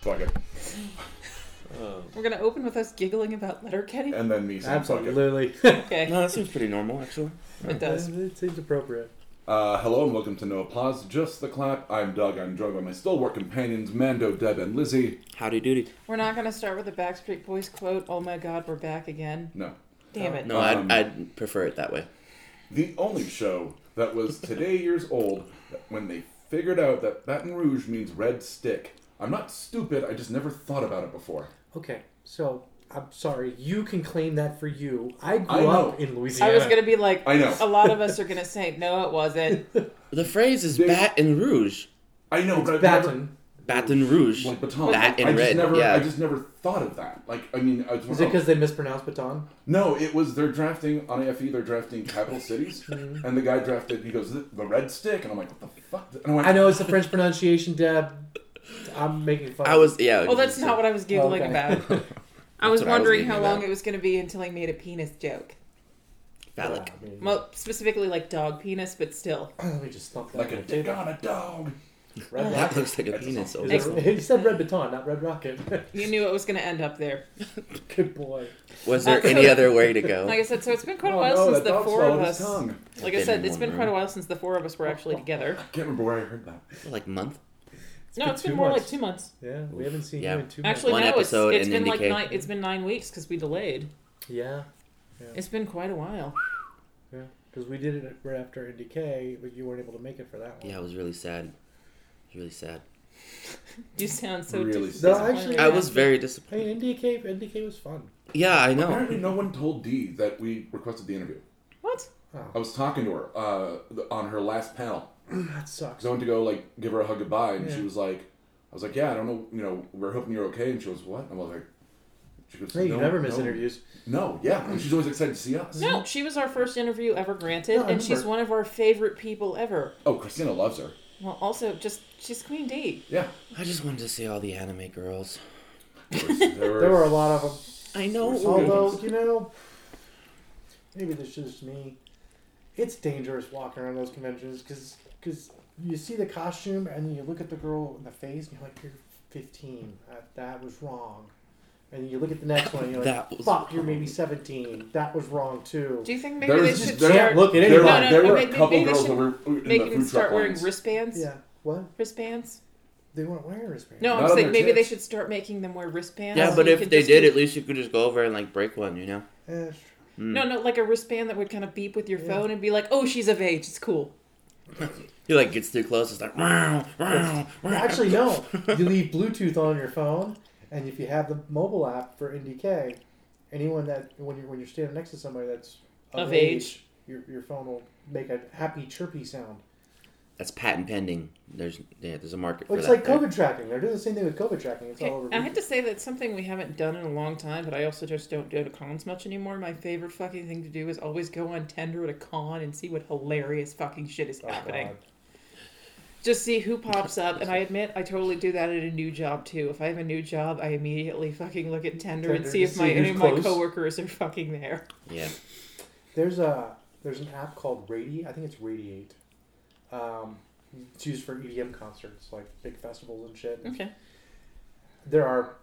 Fuck it. We're gonna open with us giggling about Letterkenny. And then me saying fuck it. Absolutely. Okay, No, that seems pretty normal, actually. it does. it seems appropriate. Uh, hello and welcome to No Applause, Just the Clap. I'm Doug. I'm joined by my stalwart companions Mando, Deb, and Lizzie. Howdy doody. We're not gonna start with the Backstreet Boys quote. Oh my God, we're back again. No. Damn it. No, Um, I'd, I'd prefer it that way. The only show that was today years old that when they figured out that Baton Rouge means red stick. I'm not stupid, I just never thought about it before. Okay, so I'm sorry. You can claim that for you. I grew I know. up in Louisiana. I was gonna be like, I know. A lot of us are gonna say, no, it wasn't. The phrase is They- Baton Rouge. I know, but I've never- Baton. Baton Rouge. Like baton. Bat in I just red, never, yeah. I just never thought of that. Like, I mean, I was Is it because they mispronounced baton? No, it was they're drafting on AFE. They're drafting capital cities, Mm-hmm. and the guy drafted. He goes the the red stick, and I'm like, what the fuck? And I went, I know it's the French pronunciation, Deb. I'm making fun. I was, yeah. Well, Oh, that's not what I was giggling Okay. about. I was what I was wondering thinking how long about. it was gonna be until I made a penis joke. phallic. I mean, Well, specifically like dog penis, but still. let me just thump that. like a one, dick too. on a dog. Red That rocket. looks like a penis. Is almost. it- You said red baton, not red rocket. You knew it was gonna end up there. Good boy. Was there any other way to go? Like I said, so it's been quite a Oh, while no, since that the dog four of swallowed us. his tongue. Like I Been said, in it's one been quite a room. while since the four of us were actually together. I can't remember where I heard that. Like month? no, been it's been two more months. like two months. Yeah, we haven't seen Yeah. you in two months. Actually, One no, it's, episode it's and been like indicate- nine. It's been nine weeks because we delayed. yeah, It's been quite a while. yeah, because we did it right after NDK, but you weren't able to make it for that one. Yeah, I was really sad. It was Really sad. You sound so Really dis- sad. No, actually- disappointed. I was very disappointed. Hey, NDK, NDK was fun. Yeah, I know. Apparently, no one told Dee that we requested the interview. what? I was talking to her uh, th- on her last panel That sucks. because I went to go like give her a hug goodbye, and she Yeah. was like, "I was like, yeah, I don't know, you know, we're hoping you're okay," and she goes, "What?" And I was like, "She goes, Hey, you "No, never miss no, interviews. No, yeah, and she's always excited to see us. No, she was our first interview ever granted, No, I and she's remember. one of our favorite people ever. Oh, Christina loves her. Well, also, just she's Queen D. Yeah, I just wanted to see all the anime girls. there, was- there There were were- a lot of them. I know. There's all Although, you know, maybe this is just me. It's dangerous walking around those conventions because you see the costume and then you look at the girl in the face and you're like, you're 15. That, that was wrong. And you look at the next one and you're like, That was fuck, you're maybe wrong." 17. That was wrong too. Do you think maybe There they was should just- there- start look at There, were, No, no, there were okay, a maybe couple they girls should that were in the making them food start truck wearing lines. wristbands? Yeah. What? Wristbands? They weren't wearing wristbands. No, Not I'm on saying their maybe they tits. should start making them wear wristbands. Yeah, so but you if could they just did, do- at least you could just go over and like break one, you know? Eh, no, no, like a wristband that would kind of beep with your Yeah. phone and be like, "Oh, she's of age. It's cool." He like gets too close. It's like, wow, wow, wow. Actually, no. You leave Bluetooth on your phone, and if you have the mobile app for NDK, anyone that when you're when you're standing next to somebody that's Of age. your, your phone will make a happy chirpy sound. That's patent pending. There's yeah, there's a market Well, for it's that. like right? COVID tracking. They're doing the same thing with COVID tracking. It's all Okay, over. I have to say that's something we haven't done in a long time, but I also just don't go to cons much anymore. My favorite fucking thing to do is always go on Tinder at a con and see what hilarious fucking shit is Oh, happening. God. Just see who pops up, and I admit I totally do that at a new job too. If I have a new job, I immediately fucking look at Tinder, and Tinder see to if my see any who's of my close. coworkers are fucking there. Yeah. There's a there's an app called Radi. I think it's Radiate. Um, it's used for EDM concerts, like big festivals and shit. Okay. there are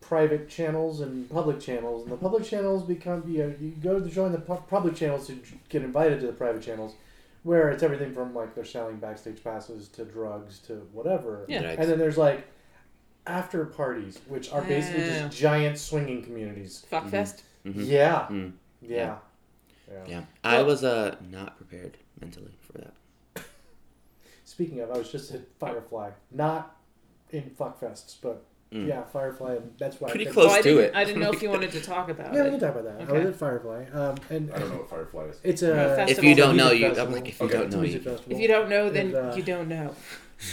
private channels and public channels, and the public channels become you, know, you go to join the pu- public channels to get invited to the private channels, where it's everything from like they're selling backstage passes to drugs to whatever, Yeah. Yikes. and then there's like after parties, which are basically Yeah. just giant swinging communities. Fuckfest. Mm-hmm. Mhm. Yeah. Mm. yeah, yeah, Yeah. I was uh not prepared mentally for that. Speaking of, I was just at Firefly, not in fuckfests, but Mm. yeah, Firefly, and that's why I Pretty picked- close I to didn't, it. I didn't know if you wanted to talk about Yeah, we it. can talk about that. I Okay. was at Firefly, um, and I don't know what Firefly is. It's Yeah, a festival. If you don't know, Music you I'm festival. like if you Okay. don't It's a know, music you, festival. If you don't know, then And, uh, you don't know.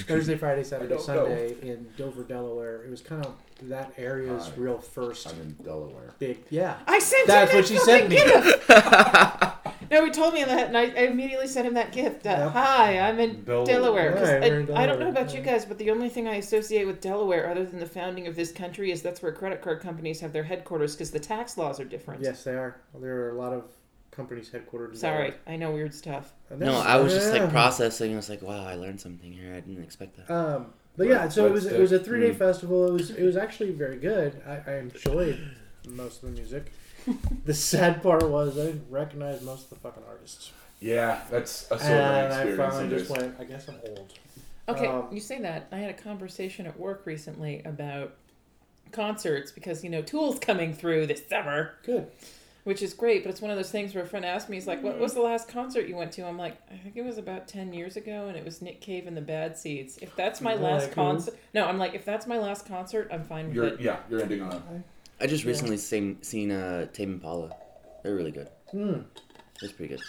Thursday, Friday, Saturday, don't Sunday in Dover, Delaware. It was kind of that area's Hi. real first I'm in Delaware. big. Yeah, I sent that's him what that she sent fucking me. gift. No, he told me that, and I, I immediately sent him that gift. Uh, Yep. Hi, I'm in Delaware. Delaware. 'Cause Hi, I, we're in I don't know Delaware. about you guys, but the only thing I associate with Delaware, other than the founding of this country, is that's where credit card companies have their headquarters because the tax laws are different. Yes, they are. There are a lot of companies headquartered. In Sorry, I know weird stuff. Delaware. And No, that's- I was just yeah. like processing. I was like, wow, I learned something here. I didn't expect that. Um, But yeah, Red- so Red it was it Stick. was a three mm. day festival. It was it was actually very good. I, I enjoyed most of the music. The sad part was I didn't recognize most of the fucking artists, Yeah, that's a sobering and I experience. finally sometimes. just went. I guess I'm old. Okay, Um, you say that. I had a conversation at work recently about concerts because you know Tool's coming through this summer, Good. which is great. But it's one of those things where a friend asked me, "He's like, what was the last concert you went to?" I'm like, "I think it was about ten years ago, and it was Nick Cave and the Bad Seeds." If that's my Like last who? concert, no, I'm like, if that's my last concert, I'm fine with You're, it. yeah, you're ending on a I just recently seen, seen uh, Tame Impala. They're really good. Mm, That's pretty good.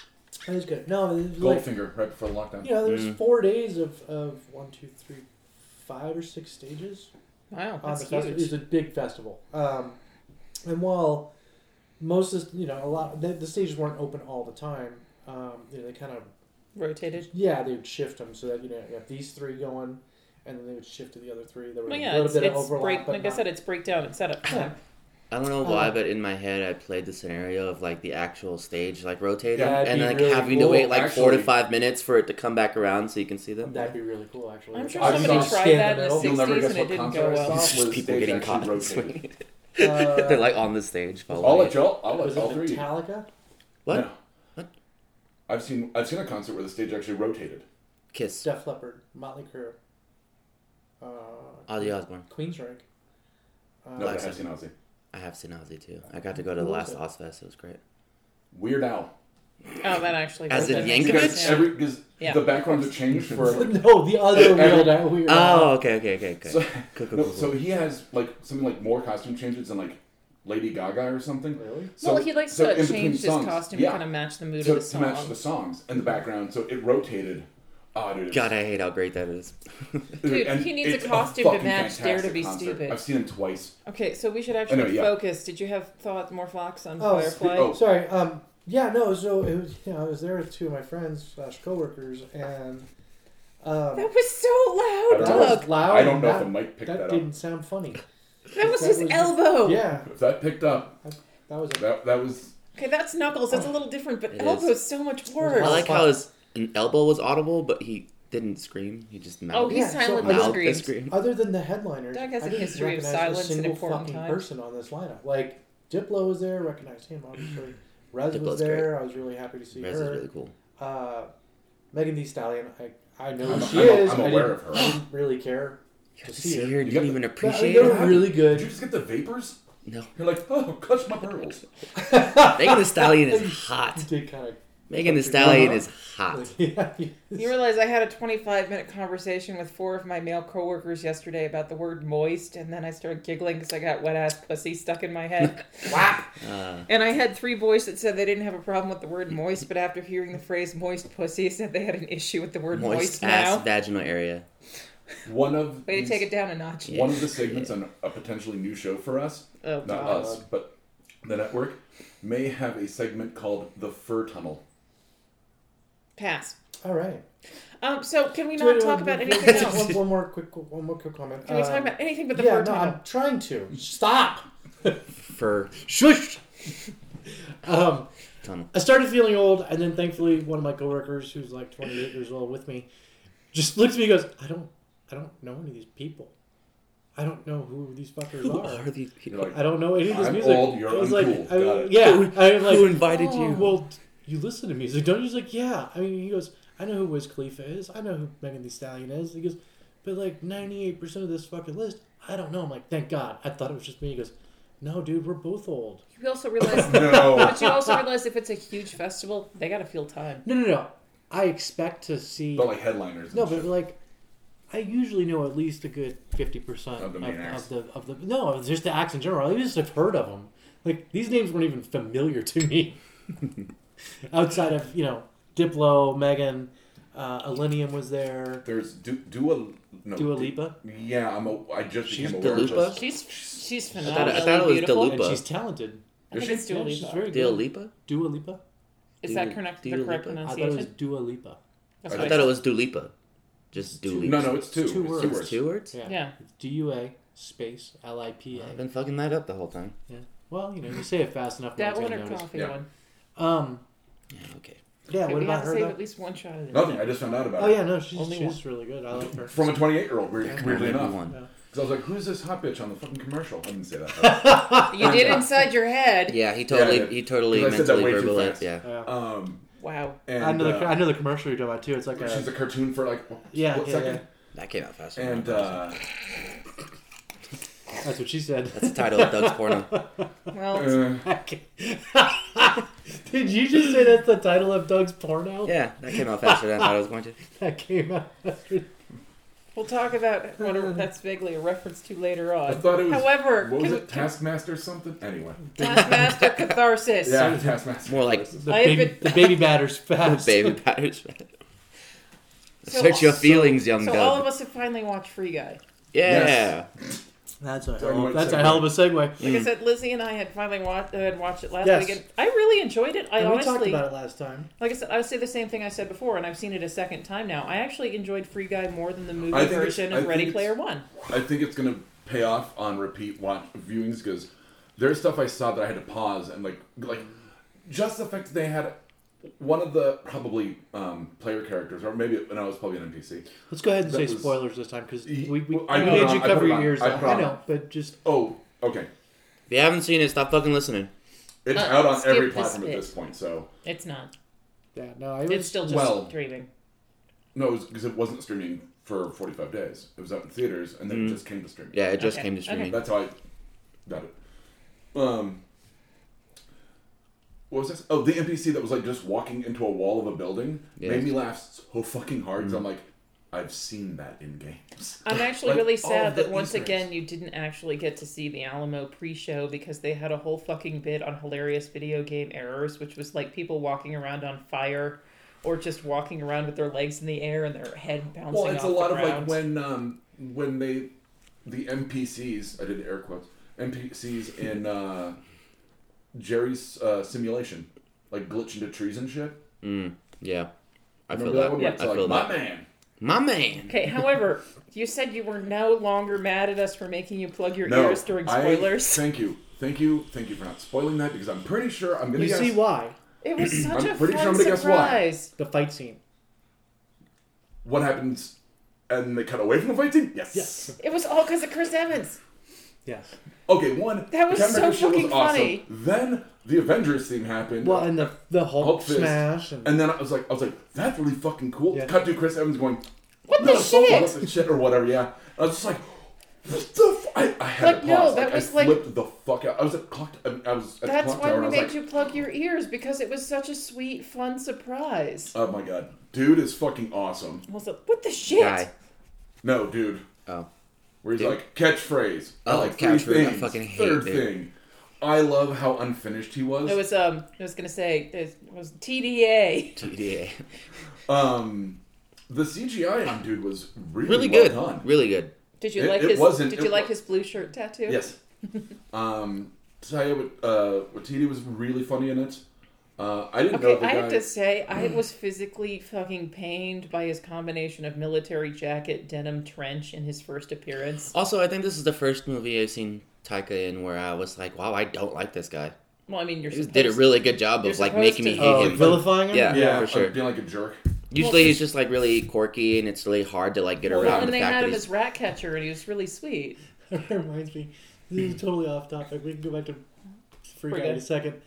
that is good. No, it was like Goldfinger right before the lockdown. you know, there was Mm. four days of of one, two, three, five or six stages. Wow, on that's the festival. It huge. was a big festival. Um, and while most of you know a lot the, the stages weren't open all the time, um, you know they kind of Rotated. yeah they would shift them so that you know you have these three going, and then they would shift to the other three. There was Well, a yeah, little it's, bit of it's overlap, break. but Like I not- said, it's breakdown and setup. time. I don't know why, Uh, but in my head, I played the scenario of like the actual stage like rotating Yeah, that'd and be like really having to cool, wait like four to actually. five minutes for it to come back around so you can see them. that'd be really cool actually. I'm sure I somebody saw tried Stand that in the middle. You'll never 60s guess and what it didn't concert go I saw. well. It's just was people stage getting actually caught. and rotating. swinging. Uh, They're like on the stage. I'll following let it. y'all. I'll was let it all three. Metallica? What? No. What? I've seen I've seen a concert where the stage actually rotated. Kiss. Def Leppard, Motley Crue, uh, Ozzy Osbourne. Queensrÿche. Oh, Uh, No, I Ozzy. have seen Ozzy. I have seen Ozzy too. I got to go to the Who was last it? Ozfest. It was great. Weird Al. Oh, that actually As would in have been- Yankovic? Yeah. Every because Yeah. the backgrounds have changed for. no, the other Every- weird. uh, weird Oh, okay, okay, okay, okay. So, Cool, cool, no, cool, so cool. he has like something like more costume changes than like Lady Gaga or something. Really? So, well, he likes so to in between change his songs- costume yeah, to kind of match the mood to, of the to song. match the songs and the background. So it rotated. Ah, dude. it was- God, I hate how great that is. Dude, and he needs a it's costume to fucking match Dare to fantastic Be concert. Stupid. I've seen him twice. Okay, so we should actually I know, yeah. focus. Did you have thoughts, more thoughts on Oh, spe- Firefly? oh. Sorry. Um. Yeah. No. So it was. You know, I was there with two of my friends slash coworkers, and um, That was so I loud, don't know. Doug. was loud. I don't know if and Oh, that- the mic picked That that, didn't up. sound funny. That was That his was- elbow. Yeah. If that picked up, That was. A, that that was Okay, that's knuckles. That's a little different, but It elbow's is. so much I worse. like how his an elbow was audible, but he didn't scream. He just oh, mouthed. he Yeah, so silently I- mouthed a screams. scream. other than the headliners, Doug has I a didn't history of recognize silence a in single important fucking times. person on this lineup. Like Diplo was there. Recognized him obviously. Rez was Diplo's there. I was really happy to see Rez is her. really cool. uh, Megan Thee Stallion. I I know I'm- who she I'm- is. I'm I aware didn't- of her. I didn't really care. You got to see see her. her. and You You didn't got even But appreciate they it. know- were really Did you good. just get the vapors? No, You're like, oh, clutch my pearls. Megan Thee Stallion is You hot. did kind of Megan Thee Uh-huh. Stallion is hot. yeah, You realize I had a 25 minute conversation with four of my male coworkers yesterday about the word moist, and then I started giggling because I got wet ass pussy stuck in my head. Whap! Uh, And I had three boys that said they didn't have a problem with the word moist, but after hearing the phrase moist pussy, said they had an issue with the word moist, moist now. ass vaginal area. One of Way to these- take it down a notch. one of the segments on a potentially new show for us, Oh, not God. uh, us, but the network, may have a segment called the Fur Tunnel. Pass. All right. Um, so can we not talk about anything One- else? One, one more quick, one more quick comment. Can we talk Um, about anything but the yeah, word no, tunnel? I'm trying to stop. Fur. Shush! Um, Tunnel. I started feeling old, and then thankfully one of my coworkers, who's like 28 years old, with me, just looks at me and goes, "I don't, I don't know any of these people. I don't know who these fuckers Who are. are these You're people? like, I don't know any of this I'm music." old, you're I was uncool. like, I, Got it. yeah, I'm like, Who invited Oh. you? Well, you listen to music, don't you? He's like, yeah. I mean, he goes, I know who Wiz Khalifa is. I know who Megan Thee Stallion is. He goes, but like 98% of this fucking list, I don't know. I'm like, thank God. I thought it was just me. He goes, no, dude, we're both old. You also realize, No. but you also realize if it's a huge festival, they gotta feel time. No, no, no. I expect to see. but like headliners. and no, but shit. like, I usually know at least a good 50% Of of the the, main acts. of, the, of the. No, it's just the acts in general. I just have heard of them. Like, these names weren't even familiar to me. Outside of, you know, Diplo, Megan, uh, Illenium was there. There's du- Dua, no, Dua Du- Lipa? yeah, I'm a, I just She's became aware of Dua this. Lipa? She's she's I thought, phenomenal. I thought it was beautiful. Dua And she's Lipa. talented. I think Is it's Dua Yeah, she's Lipa. very Dua good. Lipa? Dua Lipa? Is that Dua- correct? Dua the correct Lipa. I thought it was pronunciation? Dua Lipa. That's I I right. thought it was Dua Lipa. Just Dua two- Lipa. No, no, it's two. It's two It's words. two It's words. two words? Yeah. Yeah. It's D-U-A space L-I-P-A. Uh-huh. I've been fucking that up the whole time. Yeah. Well, you know, you say it fast enough. no That one's one gonna or notice. coffee Yeah. one? Um, Yeah, okay. Yeah, Okay, what we about have to her save though? at least one shot of this. Nothing. I just found out about Oh it yeah, no, she's, Only she's really good. I like her. from a 28 year old. Weird, Come on, weirdly enough, everyone. because I was like, "Who's this hot bitch on the fucking commercial?" I didn't say that. You did inside your head. Yeah, he totally, Yeah, I did. he totally 'Cause I said that mentally way too verbal it. fast. Yeah. Yeah. um, Wow. and I know the uh, I know the commercial you're talking about too. It's like she's a, a cartoon for like what, Yeah, what yeah, second? That came out faster. And uh, that's what she said. That's the title of Doug's porno. Well, uh, Did you just say that's the title of Doug's porno? Yeah, that came out faster than I thought it was going to. That came out. we'll talk about what a- that's vaguely a reference to later I on. thought it was. However, what was can- it? Taskmaster something? Anyway, Taskmaster Catharsis. yeah, Taskmaster. More like The I have baby, been- the baby batter's fast. baby batters. So- Search your feelings, young So Doug. all of us have finally watched Free Guy. yeah. Yes. That's a Sorry, hell, one that's a second. hell of a segue. Like I said, Lizzie and I had finally watched, uh, had watched it last Yes. weekend. I really enjoyed it. I And we honestly, talked about it last time. like I said, I would say the same thing I said before, and I've seen it a second time now. I actually enjoyed Free Guy more than the movie I think it's- version I of think Ready it's- Player One. I think it's gonna pay off on repeat watch viewings because there's stuff I saw that I had to pause and like like just the fact that they had one of the probably um, player characters or maybe no, it was probably an NPC. Let's go ahead and That say was- spoilers this time because Y- we, we, we well, I put it made on- you I cover put it your on. ears. I out. put it I on. know, but just Oh, okay, If you haven't seen it, stop fucking listening. it's Uh, out on skip every this platform at bit. this point. So It's not. yeah, no, I It's was, still just well- streaming. no, because it, wasn't streaming for 45 days. It was out in theaters and then it just came to streaming. Yeah, it just Okay, came to okay. streaming. That's how I got it. Um, what was this? Oh, the NPC that was like just walking into a wall of a building Yeah. made me laugh so fucking hard. 'cause I'm like, I've seen that in games. I'm actually Like, really all sad of the that once Easter eggs. again you didn't actually get to see the Alamo pre-show because they had a whole fucking bit on hilarious video game errors, which was like people walking around on fire or just walking around with their legs in the air and their head bouncing Well, it's off a lot the of like ground. when um when they the NPCs I did air quotes NPCs in uh, Jerry's uh, simulation like glitch into trees and shit. Yeah. I feel Remember that, that. one? Yeah. Where it's I like, feel my that. man. My man. Okay, however, you said you were no longer mad at us for making you plug your No, ears during I- spoilers. thank you, thank you, thank you for not spoiling that because I'm pretty sure I'm gonna you guess. see why It was such I'm a pretty sure fun I'm gonna guess why. surprise. the fight scene. what happens and they cut away from the fight scene? Yes. Yes, It was all because of Chris Evans. yes. Okay, one. That was the Captain so America shit fucking funny. Then the Avengers thing happened. Well, and the the Hulk, Hulk fist. smash and, and then I was like, I was like, that's really fucking cool. Yeah. Cut to Chris Evans going, What "No, the shit? What the shit or whatever. Yeah. I was just like, what the? F-? I, I had Like, to no, pause. that like, was I like- flipped the fuck out. I was at clock. I mean, I was at That's clock why tower. and we I was made like, you plug your ears because it was such a sweet, fun surprise. oh my god, dude is fucking awesome. I was like, what the shit? Guy. No, dude. Oh. Where he's Dude. like catchphrase. I Oh, like catchphrase. Three I things. fucking hate Third it. thing. I love how unfinished he It was um. I was gonna say it was TDA. TDA. Um, the CGI Uh, on dude was really, Really well good. done. Really good. Did you It- like it his? wasn't- did it you like wa- his blue shirt tattoo? Yes. um, Taika Wa- uh, Waititi was really funny in it. Uh, I didn't know Okay, the I guy. have to say, I was physically fucking pained by his combination of military jacket, denim trench, and his first appearance. Also, I think this is the first movie I've seen Taika in where I was like, wow, I don't like this guy. Well, I mean, you're He just supposed, did a really good job You're of like supposed making to- me hate oh, him. vilifying him. Yeah. yeah, for sure. Being like a jerk. Usually he's just like really quirky and it's really hard to like get well, around and the they fact had that him he's as rat catcher, and he was really sweet. It reminds me. This is totally off topic. We can go back to Free Guy in Okay. a second.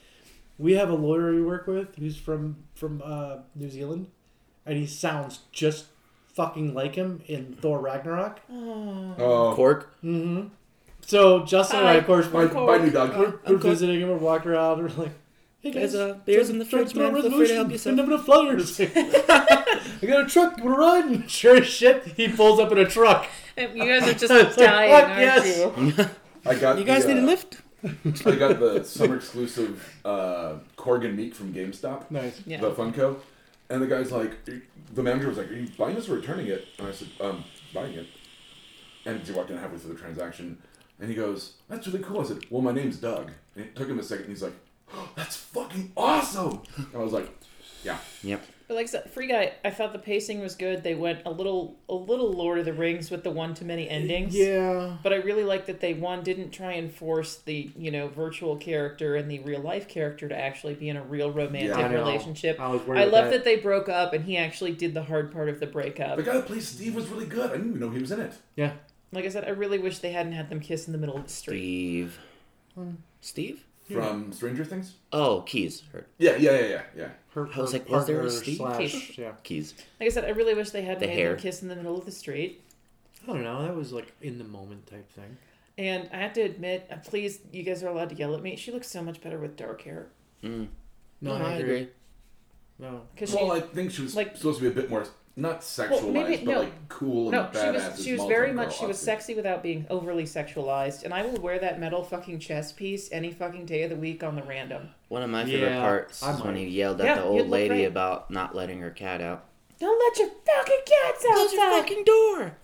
We have a lawyer we work with who's from from uh, New Zealand, and he sounds just fucking like him in Thor Ragnarok. Oh, quirk. Mm-hmm. So Justin and I, of Hi. course, bye, we're, bye, new dog. we're, we're Uncle- visiting and we're walking around. And we're like, hey guys, There's, uh, beers in the truck- fridge, truck man. Feel free to resolution. help yourself. A number of flyers. I got a truck. You want to ride? And Sure as shit, he pulls up in a truck. You guys are just Fuck dying, aren't yes. you? I got. You guys the, need a uh, lift? I got the summer exclusive uh, Corgan meat from GameStop. Nice. Yeah. the Funko. And the guy's like, the manager was like, "Are you buying this or returning it?" And I said, "Um, buying it." And he walked in halfway through the transaction, and he goes, "That's really cool." I said, "Well, my "Oh, name's Doug." And it took him a second. And he's like, "That's fucking awesome!" And I was like, Yeah. Yep. But like I said, Free Guy, I thought the pacing was good. They went a little a little Lord of the Rings with the one too many endings. Yeah. But I really like that they one didn't try and force the you know virtual character and the real life character to actually be in a real romantic I know. relationship. I was worried. I about love that. they broke up and he actually did the hard part of the breakup. The guy that plays Steve was really good. I didn't even know he was in it. Yeah. Like I said, I really wish they hadn't had them kiss in the middle of the street. Steve. Hmm. Steve? From Stranger Things? Oh, Keys. Heard. Yeah, yeah, yeah, yeah, yeah. Her, I was her like, was there a partner Steve? Slash, yeah. Keys. Like I said, I really wish they hadn't The made hair. them kiss in the middle of the street. I don't know. That was like in the moment type thing. And I have to admit, uh, please, you guys are allowed to yell at me. She looks so much better with dark hair Mm. No, I, agree. No. because she Well, I think she was like- supposed to be a bit more not sexualized, maybe- but no. like cool and No, she badass. was as she was Malta very girl, much she was obviously. sexy without being overly sexualized, and I will wear that metal fucking chest piece any fucking day of the week on the random. One of my favorite Yeah, parts I is when might. he yelled at Yeah, the you'd old look lady great. about not letting her cat out. Don't let your fucking cats Close your outside. fucking door.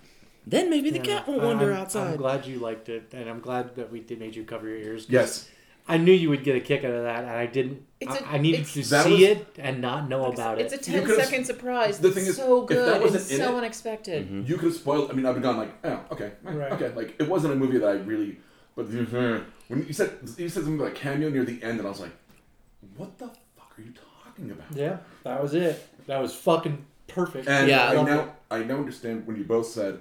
Then maybe the Yeah, cat won't I- wander I'm- outside. I'm glad you liked it, and I'm glad that we did made you cover your ears. 'cause Yes. I knew you would get a kick out of that, and I didn't. It's I a- I needed it's- to That see was- it and not know It's- about it's it. a 10 could've- second surprise. the that's thing is, so if that good. and wasn't in so it- unexpected. Mm-hmm. You could have spoiled. I mean, I'd have gone like, oh, okay, eh, Right. okay. Like it wasn't a movie that I really. But Mm-hmm. when you said you said something about a cameo near the end, and I was like, what the fuck are you talking about? yeah, that was it. That was fucking perfect. And Yeah, I I love now I now understand when you both said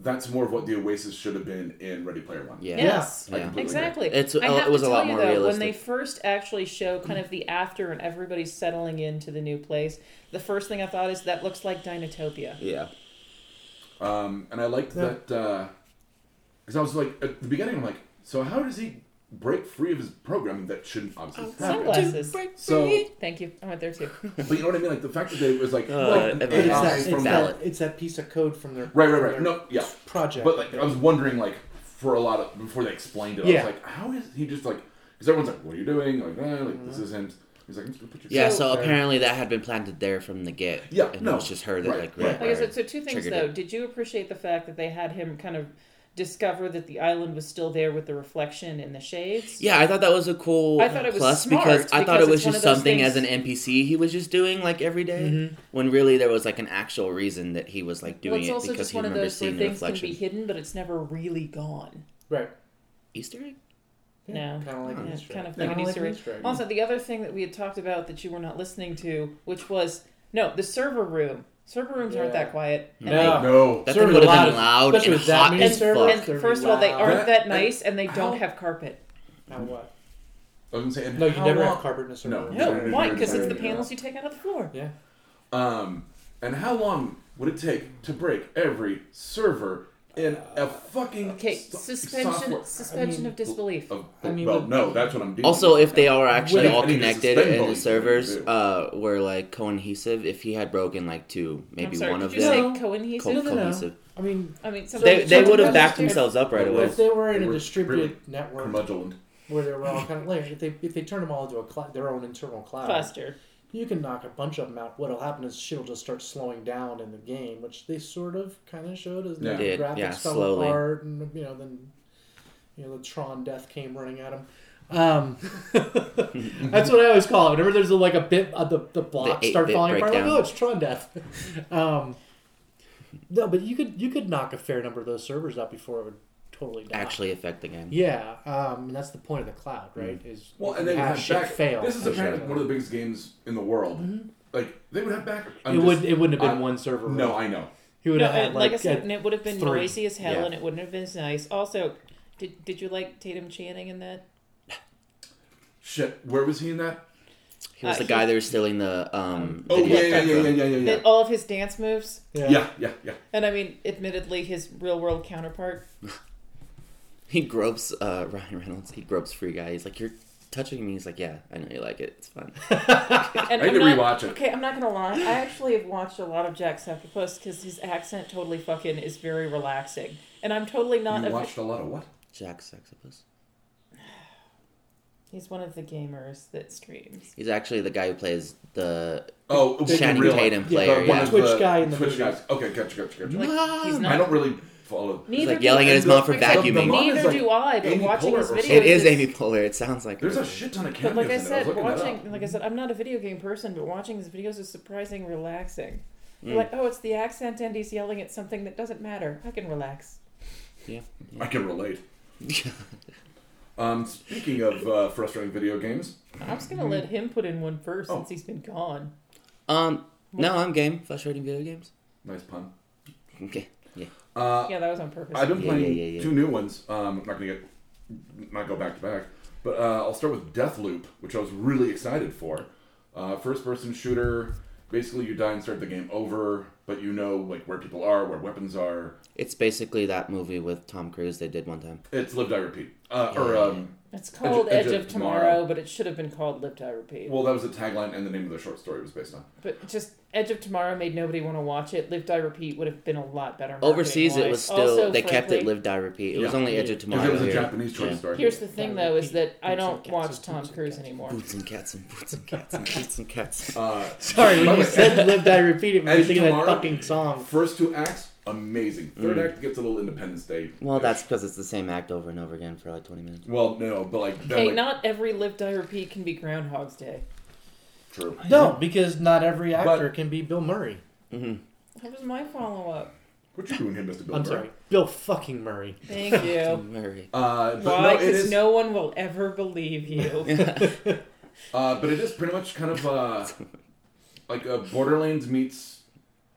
that's more of what the Oasis should have been in Ready Player One. Yeah. Yes. I Yeah. completely agree. Exactly. It's- I oh, have it was to a tell lot you more though, when realistic. they first actually show kind of the after and everybody's settling into the new place, the first thing I thought is that looks like Dinotopia. Yeah. Um, and I liked Yeah. that that because I was like at the beginning, I'm like, so how does he break free of his programming that shouldn't Um, obviously happen? sunglasses. Glasses. So, Thank you. I went there too. but you know what I mean? Like the fact that they was like, Uh, well, an it's, everyone AI that, else. it's, from that, it's that piece of code from their right, right, from right. their No, yeah. project. But like I was wondering, like for a lot of before they explained it, I Yeah. was like, how is he just like? Because everyone's like, what are you doing? Like, eh, like Mm-hmm. this is him. He's like, I'm just gonna put your Yeah, So- so apparently that had been planted there from the get. Yeah, and no, it was just her that right, like, right, went Like I there. said, so two things triggered though. it. Did you appreciate the fact that they had him kind of discover that the island was still there with the reflection in the shades? Yeah, I thought that was a cool I thought it was plus smart because I thought because it was it's one just of those something as an things- Mm-hmm. NPC he was just doing like every day, when really there was like an actual reason that he was like Well, doing it's it also because just he one of remembers those where seeing the things can reflection. be hidden, but it's never really gone. right. Easter egg. No. Kind of like Yeah, an it's Easter kind egg. of like an Kinda Easter egg. Also, the other thing that we had talked about that you were not listening to, which was no, the server room. Server rooms aren't Yeah. that quiet. And No. No. That Servers thing would are have loud, been loud especially and with that hot many as And, servers. fuck. and They're first of all, they loud. aren't that That- nice, and they don't how- have carpet. Now what? I was gonna say, and No, you how never long, have carpet in a server. No, room. Yeah, No, yeah, why? yeah, Because it's yeah, the uh, yeah. panels you take out of the floor. Yeah. Um, and how long would it take to break every server in a fucking Okay, so- suspension software- suspension I mean- of disbelief. Of, I mean, well, with- no, that's what I'm doing. Also, if they are actually Wait, all I need to connected suspend and the belief. servers uh, were like cohesive, if he had broken like two, I'm maybe sorry, one did of you them, say cohenhesive? co- No, no, no. cohesive, I mean, I mean, somebody they, they so would if- have backed if- themselves up right if- away. if they were in They a were distributed really network curmudgeoned. where they were all kind of like if they if they turn them all into a cl- their own internal cloud, cluster. you can knock a bunch of them out. What'll happen is shit'll just start slowing down in the game, which they sort of kind of showed as Yeah. the Did, graphics yeah, fell slowly. apart, and you know then you know the Tron death came running at them. Um, that's what I always call it. Whenever there's a, like a bit of the, the blocks start 8-bit falling apart, I'm like breakdown. oh, it's Tron death. um, no, but you could you could knock a fair number of those servers out before it would totally die. actually affect the game. Yeah, um, and that's the point of the cloud, right? Is Hmm. Well, and they would have have shit back. fail. This is for sure. apparently one of the biggest games in the world. Like they would have back. it would it wouldn't have been I- one server. room. No, I know. he would No, have had and Uh, like, like, I said, a- and it would have been three. noisy as hell, Yeah. and it wouldn't have been as nice. Also, did did you like Tatum Channing in that? Shit, where was he in that? He was Uh, the he- guy that was stealing the um. Oh yeah, video yeah, yeah, from- yeah, yeah, yeah, yeah. That all of his dance moves, yeah. Yeah, yeah, yeah. and I mean, admittedly, his real world counterpart. He gropes uh, Ryan Reynolds. He gropes free guy. He's like, "You're touching me." He's like, "Yeah, I know you like it. It's fun." And I need I'm to not- rewatch it. Okay, I'm not gonna lie. I actually have watched a lot of Jack Succubus because his accent totally fucking is very relaxing, and I'm totally not. You a- watched a lot of what? Jack Sexopus. He's one of the gamers that streams. He's actually the guy who plays the. Oh, it was Channing real- Tatum the player, one yeah. of Twitch guy in the Twitch movie. guys. Okay, gotcha, gotcha, gotcha. Like, he's Mom! not. I don't really follow. Neither like do yelling at his I. mom for The- the- the vacuuming. mom is Neither like- do I, but Amy watching Poehler his or video something. It is just- Amy Poehler. It sounds like There's her. a shit ton of But cameos. like I in it. was said, looking it up. watching like I said, I'm not a video game person, but watching his videos is surprising relaxing. Mm. You're Like, oh, it's the accent and he's yelling at something that doesn't matter. I can relax. I can relate. Um, speaking of uh, frustrating video games, I'm just gonna let him put in one first Mm-hmm. Oh. since he's been gone. um, no, I'm game. Flash rating video games. nice pun. Okay. Yeah. Uh, Yeah, that was on purpose. I've been Yeah, playing yeah, yeah, yeah. two new ones. Um, I'm not gonna get, not go back to back, but uh, I'll start with Deathloop, which I was really excited for. Uh, first person shooter. Basically, you die and start the game over, but you know like where people are, where weapons are. It's basically that movie with Tom Cruise they did one time. It's live die repeat. Uh, or um, It's called Edge- Edge, Edge of, of Tomorrow, Tomorrow. but it should have been called Lift I Repeat. well, that was the tagline and the name of the short story it was based on. but just Edge of Tomorrow made nobody want to watch it. Lift I Repeat would have been a lot better. Overseas, it marketing-wise. was still Also, they kept it frankly, live die repeat. It was Yeah. only Edge of Because Tomorrow. it was a here. Japanese short Yeah. story. Here's the thing, though, is that I Boots and don't cats, watch boots Tom and Cruise cats. anymore. Boots and cats and boots and cats and boots and cats. uh, Sorry, by when you the way, said "Lived I Repeat," it made me Edge think of that Tomorrow? fucking song. First two acts, amazing. Third act gets a little Independence Day. Well, that's because it's the same act over and over again for like 20 minutes. well, no, but like, then, Hey, like not every Lift I Repeat can be Groundhog's Day. true. No, because not every But- actor can be Bill Murray. That was my follow up. What you doing here, Mister Bill? I'm Burr? sorry, Bill fucking Murray. Thank you. Murray. Uh, but Why? no, it Because is. no, one will ever believe you. Uh, but it is pretty much kind of uh, like a Borderlands meets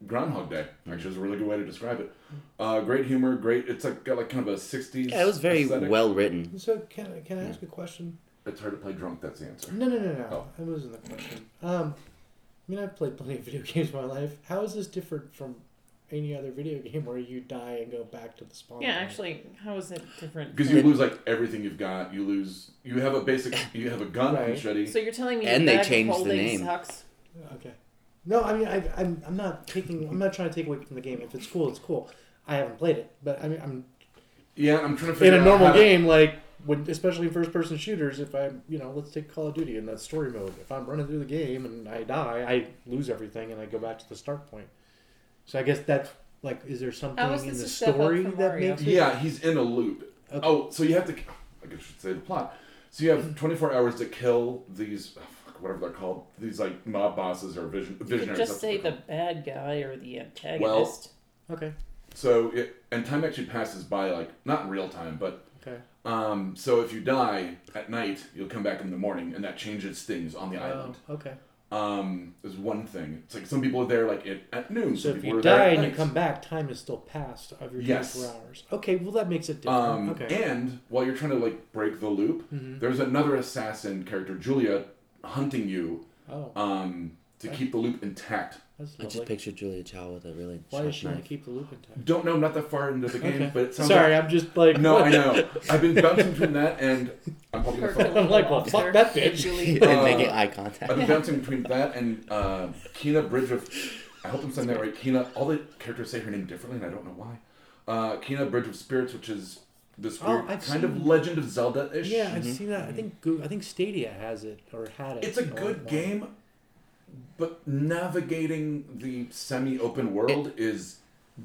Groundhog Day. Actually, is a really good way to describe it. Uh, great humor, great. It's like got like kind of a '60s. Yeah, it was very aesthetic. well written. So can I, can I ask a question? It's hard to play drunk. That's the answer. No, no, no, Oh. no. That wasn't the question. Um, I mean, I've played plenty of video games in my life. How is this different from any other video game where you die and go back to the spawn? yeah, point? actually, how is it different? Because you lose like everything you've got. You lose. You have a basic. You have a gun, Right. machete. So you're telling me And the they bag of changed the holding name. Sucks. Okay. No, I mean, I, I'm I'm not taking. I'm not trying to take away from the game. If it's cool, it's cool. I haven't played it, but I mean, I'm yeah, I'm trying to in figure a out normal how to- game like when especially first person shooters if i'm you know let's take call of duty in that story mode if i'm running through the game and i die i lose everything and i go back to the start point so i guess that's like is there something is in this the a step up story from that Mario? makes it Yeah, he's in a loop. Okay. Mm-hmm. Oh, so you have to. I guess I should say the plot. So you have 24 hours to kill these, oh, fuck, whatever they're called, these like mob bosses or vision You could visionaries. just that's what say they're the bad guy or the antagonist. okay called. So it, and time actually passes by like not in real time, but okay um. So if you die at night, you'll come back in the morning, and that changes things on the island. oh, okay Um, is one thing. It's like some people are there like at, at noon. so some if people you are there die at and you night. come back time is still past of your 24 Yes. hours okay well that makes it different Um, okay Mm-hmm. And while you're trying to like break the loop, there's another assassin character, Julia, hunting you oh um, to keep the loop intact. that's I just lovely pictured Julia Child with a really why sharp is she going to knife. keep the loop intact Don't know, I'm not that far into the game, but it sounds sorry i'm just like Like, no, what I the- know. I've been bouncing between that and I'm probably gonna fall. I'm like, well, fuck that bitch. Julie, and Uh, making eye I've contact. been bouncing between that and uh, Kina Bridge of. I hope I'm saying that right. Kina. All the characters say her name differently, and I don't know why. Uh, Kina Bridge of Spirits, which is this Oh, weird I've kind of seen- Legend of Zelda ish. Yeah, Mm-hmm. I've seen that. I think Google, I think Stadia has it or had it. It's a at one good point. game, but navigating the semi-open world is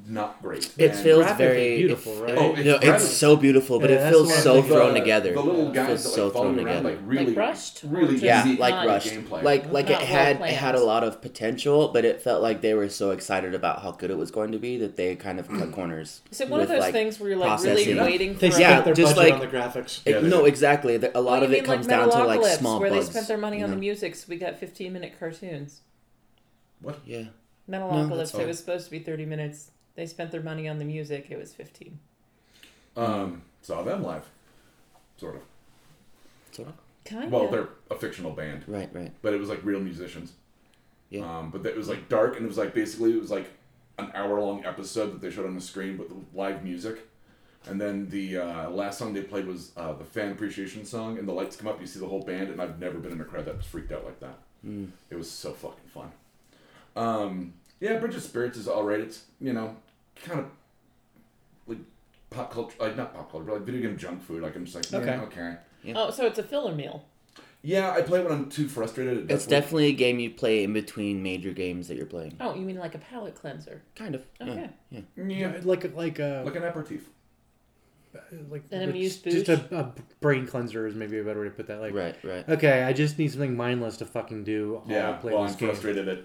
not great. It And- feels graphically very beautiful, right? Oh, no, it's incredible. so beautiful, but Yeah, it that's feels the one so I think- thrown the, together. uh, The little It guys feels that like so follow thrown you around, together. like really, Like rushed? really Or yeah, just easy like not- rushed, gameplay. like like Not it had well it had a planned. lot of potential, but it felt like they were so excited about how good it was going to be that they kind of cut corners. Is it one of with, those like, things where you're like processing. really waiting for? They a- spent Yeah, their just budget like- on the graphics. It- Yeah, they no, did. exactly. The- A lot Well, of you it mean comes like down to like Metalocalypse, small where bugs. they spent their money you on the know? music, so we got 15 minute cartoons. Yeah. Metalocalypse, fine. it was supposed to be 30 minutes. They spent their money on the music. It was 15. um, saw them live, sort of. Sort of. Kind Well, of. they're a fictional band, Right, right. but it was like real musicians. Yeah. Um, but it was like dark, and it was like basically it was like an hour long episode that they showed on the screen with live music. And then the uh, last song they played was uh, the fan appreciation song, and the lights come up, you see the whole band, and I've never been in a crowd that was freaked out like that. Hmm. It was so fucking fun. Um, yeah, Bridge of Spirits is all right. It's you know kind of like pop culture, like not pop culture, but like video game junk food. Like I'm just like okay, Okay. okay. yeah. Oh, so it's a filler meal. Yeah, I play when I'm too frustrated. It It's definitely a game you play in between major games that you're playing. Oh, you mean like a palate cleanser? Kind of. yeah, Okay. Yeah. yeah, like like a like an aperitif. like An it's amuse just bouche? a, a brain cleanser is maybe a better way to put that. Like Right, right. okay, I just need something mindless to fucking do. I'll Yeah, Oh, play well, I'm this game. frustrated at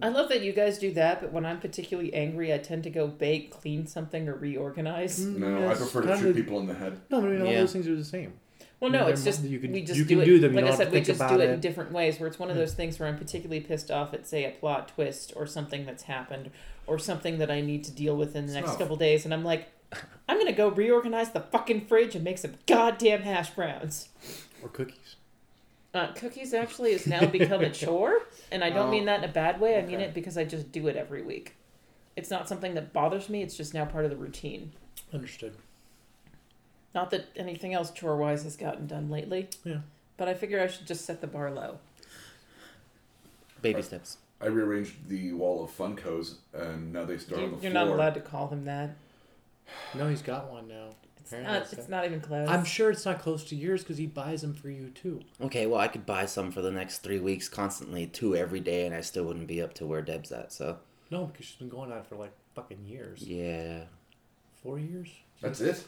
I love that you guys do that, but when I'm particularly angry, I tend to go bake, clean something, or reorganize. Mm, no. I yes, prefer to kind shoot of- people in the head. No, I mean, all Yeah. those things are the same. Well, Yeah, no, they're it's just mon- you can- we just you do can it. do them, you like don't I have to said, we think just about do it, in it. different ways. Where it's one of those things where I'm particularly pissed off at, say, a plot twist or something that's happened or something that I need to deal with in the next Snuff. couple days, and I'm like, I'm gonna go reorganize the fucking fridge and make some goddamn hash browns. Or cookies. Uh, cookies actually has now become a chore, and I don't Oh. mean that in a bad way. I mean Okay. it because I just do it every week. It's not something that bothers me. It's just now part of the routine. Understood. Not that anything else chore wise has gotten done lately. Yeah. But I figure I should just set the bar low. Baby steps. I rearranged the wall of Funkos, and now they start on the You, floor. you're not allowed to call them that. No, he's got one now. It's Apparently not. it's It's that. not even close. I'm sure it's not close to yours because he buys them for you too. Okay, well, I could buy some for the next three weeks constantly, two every day, and I still wouldn't be up to where Deb's at, so. No, because she's been going on it for like fucking years. Yeah. Four years. That's it.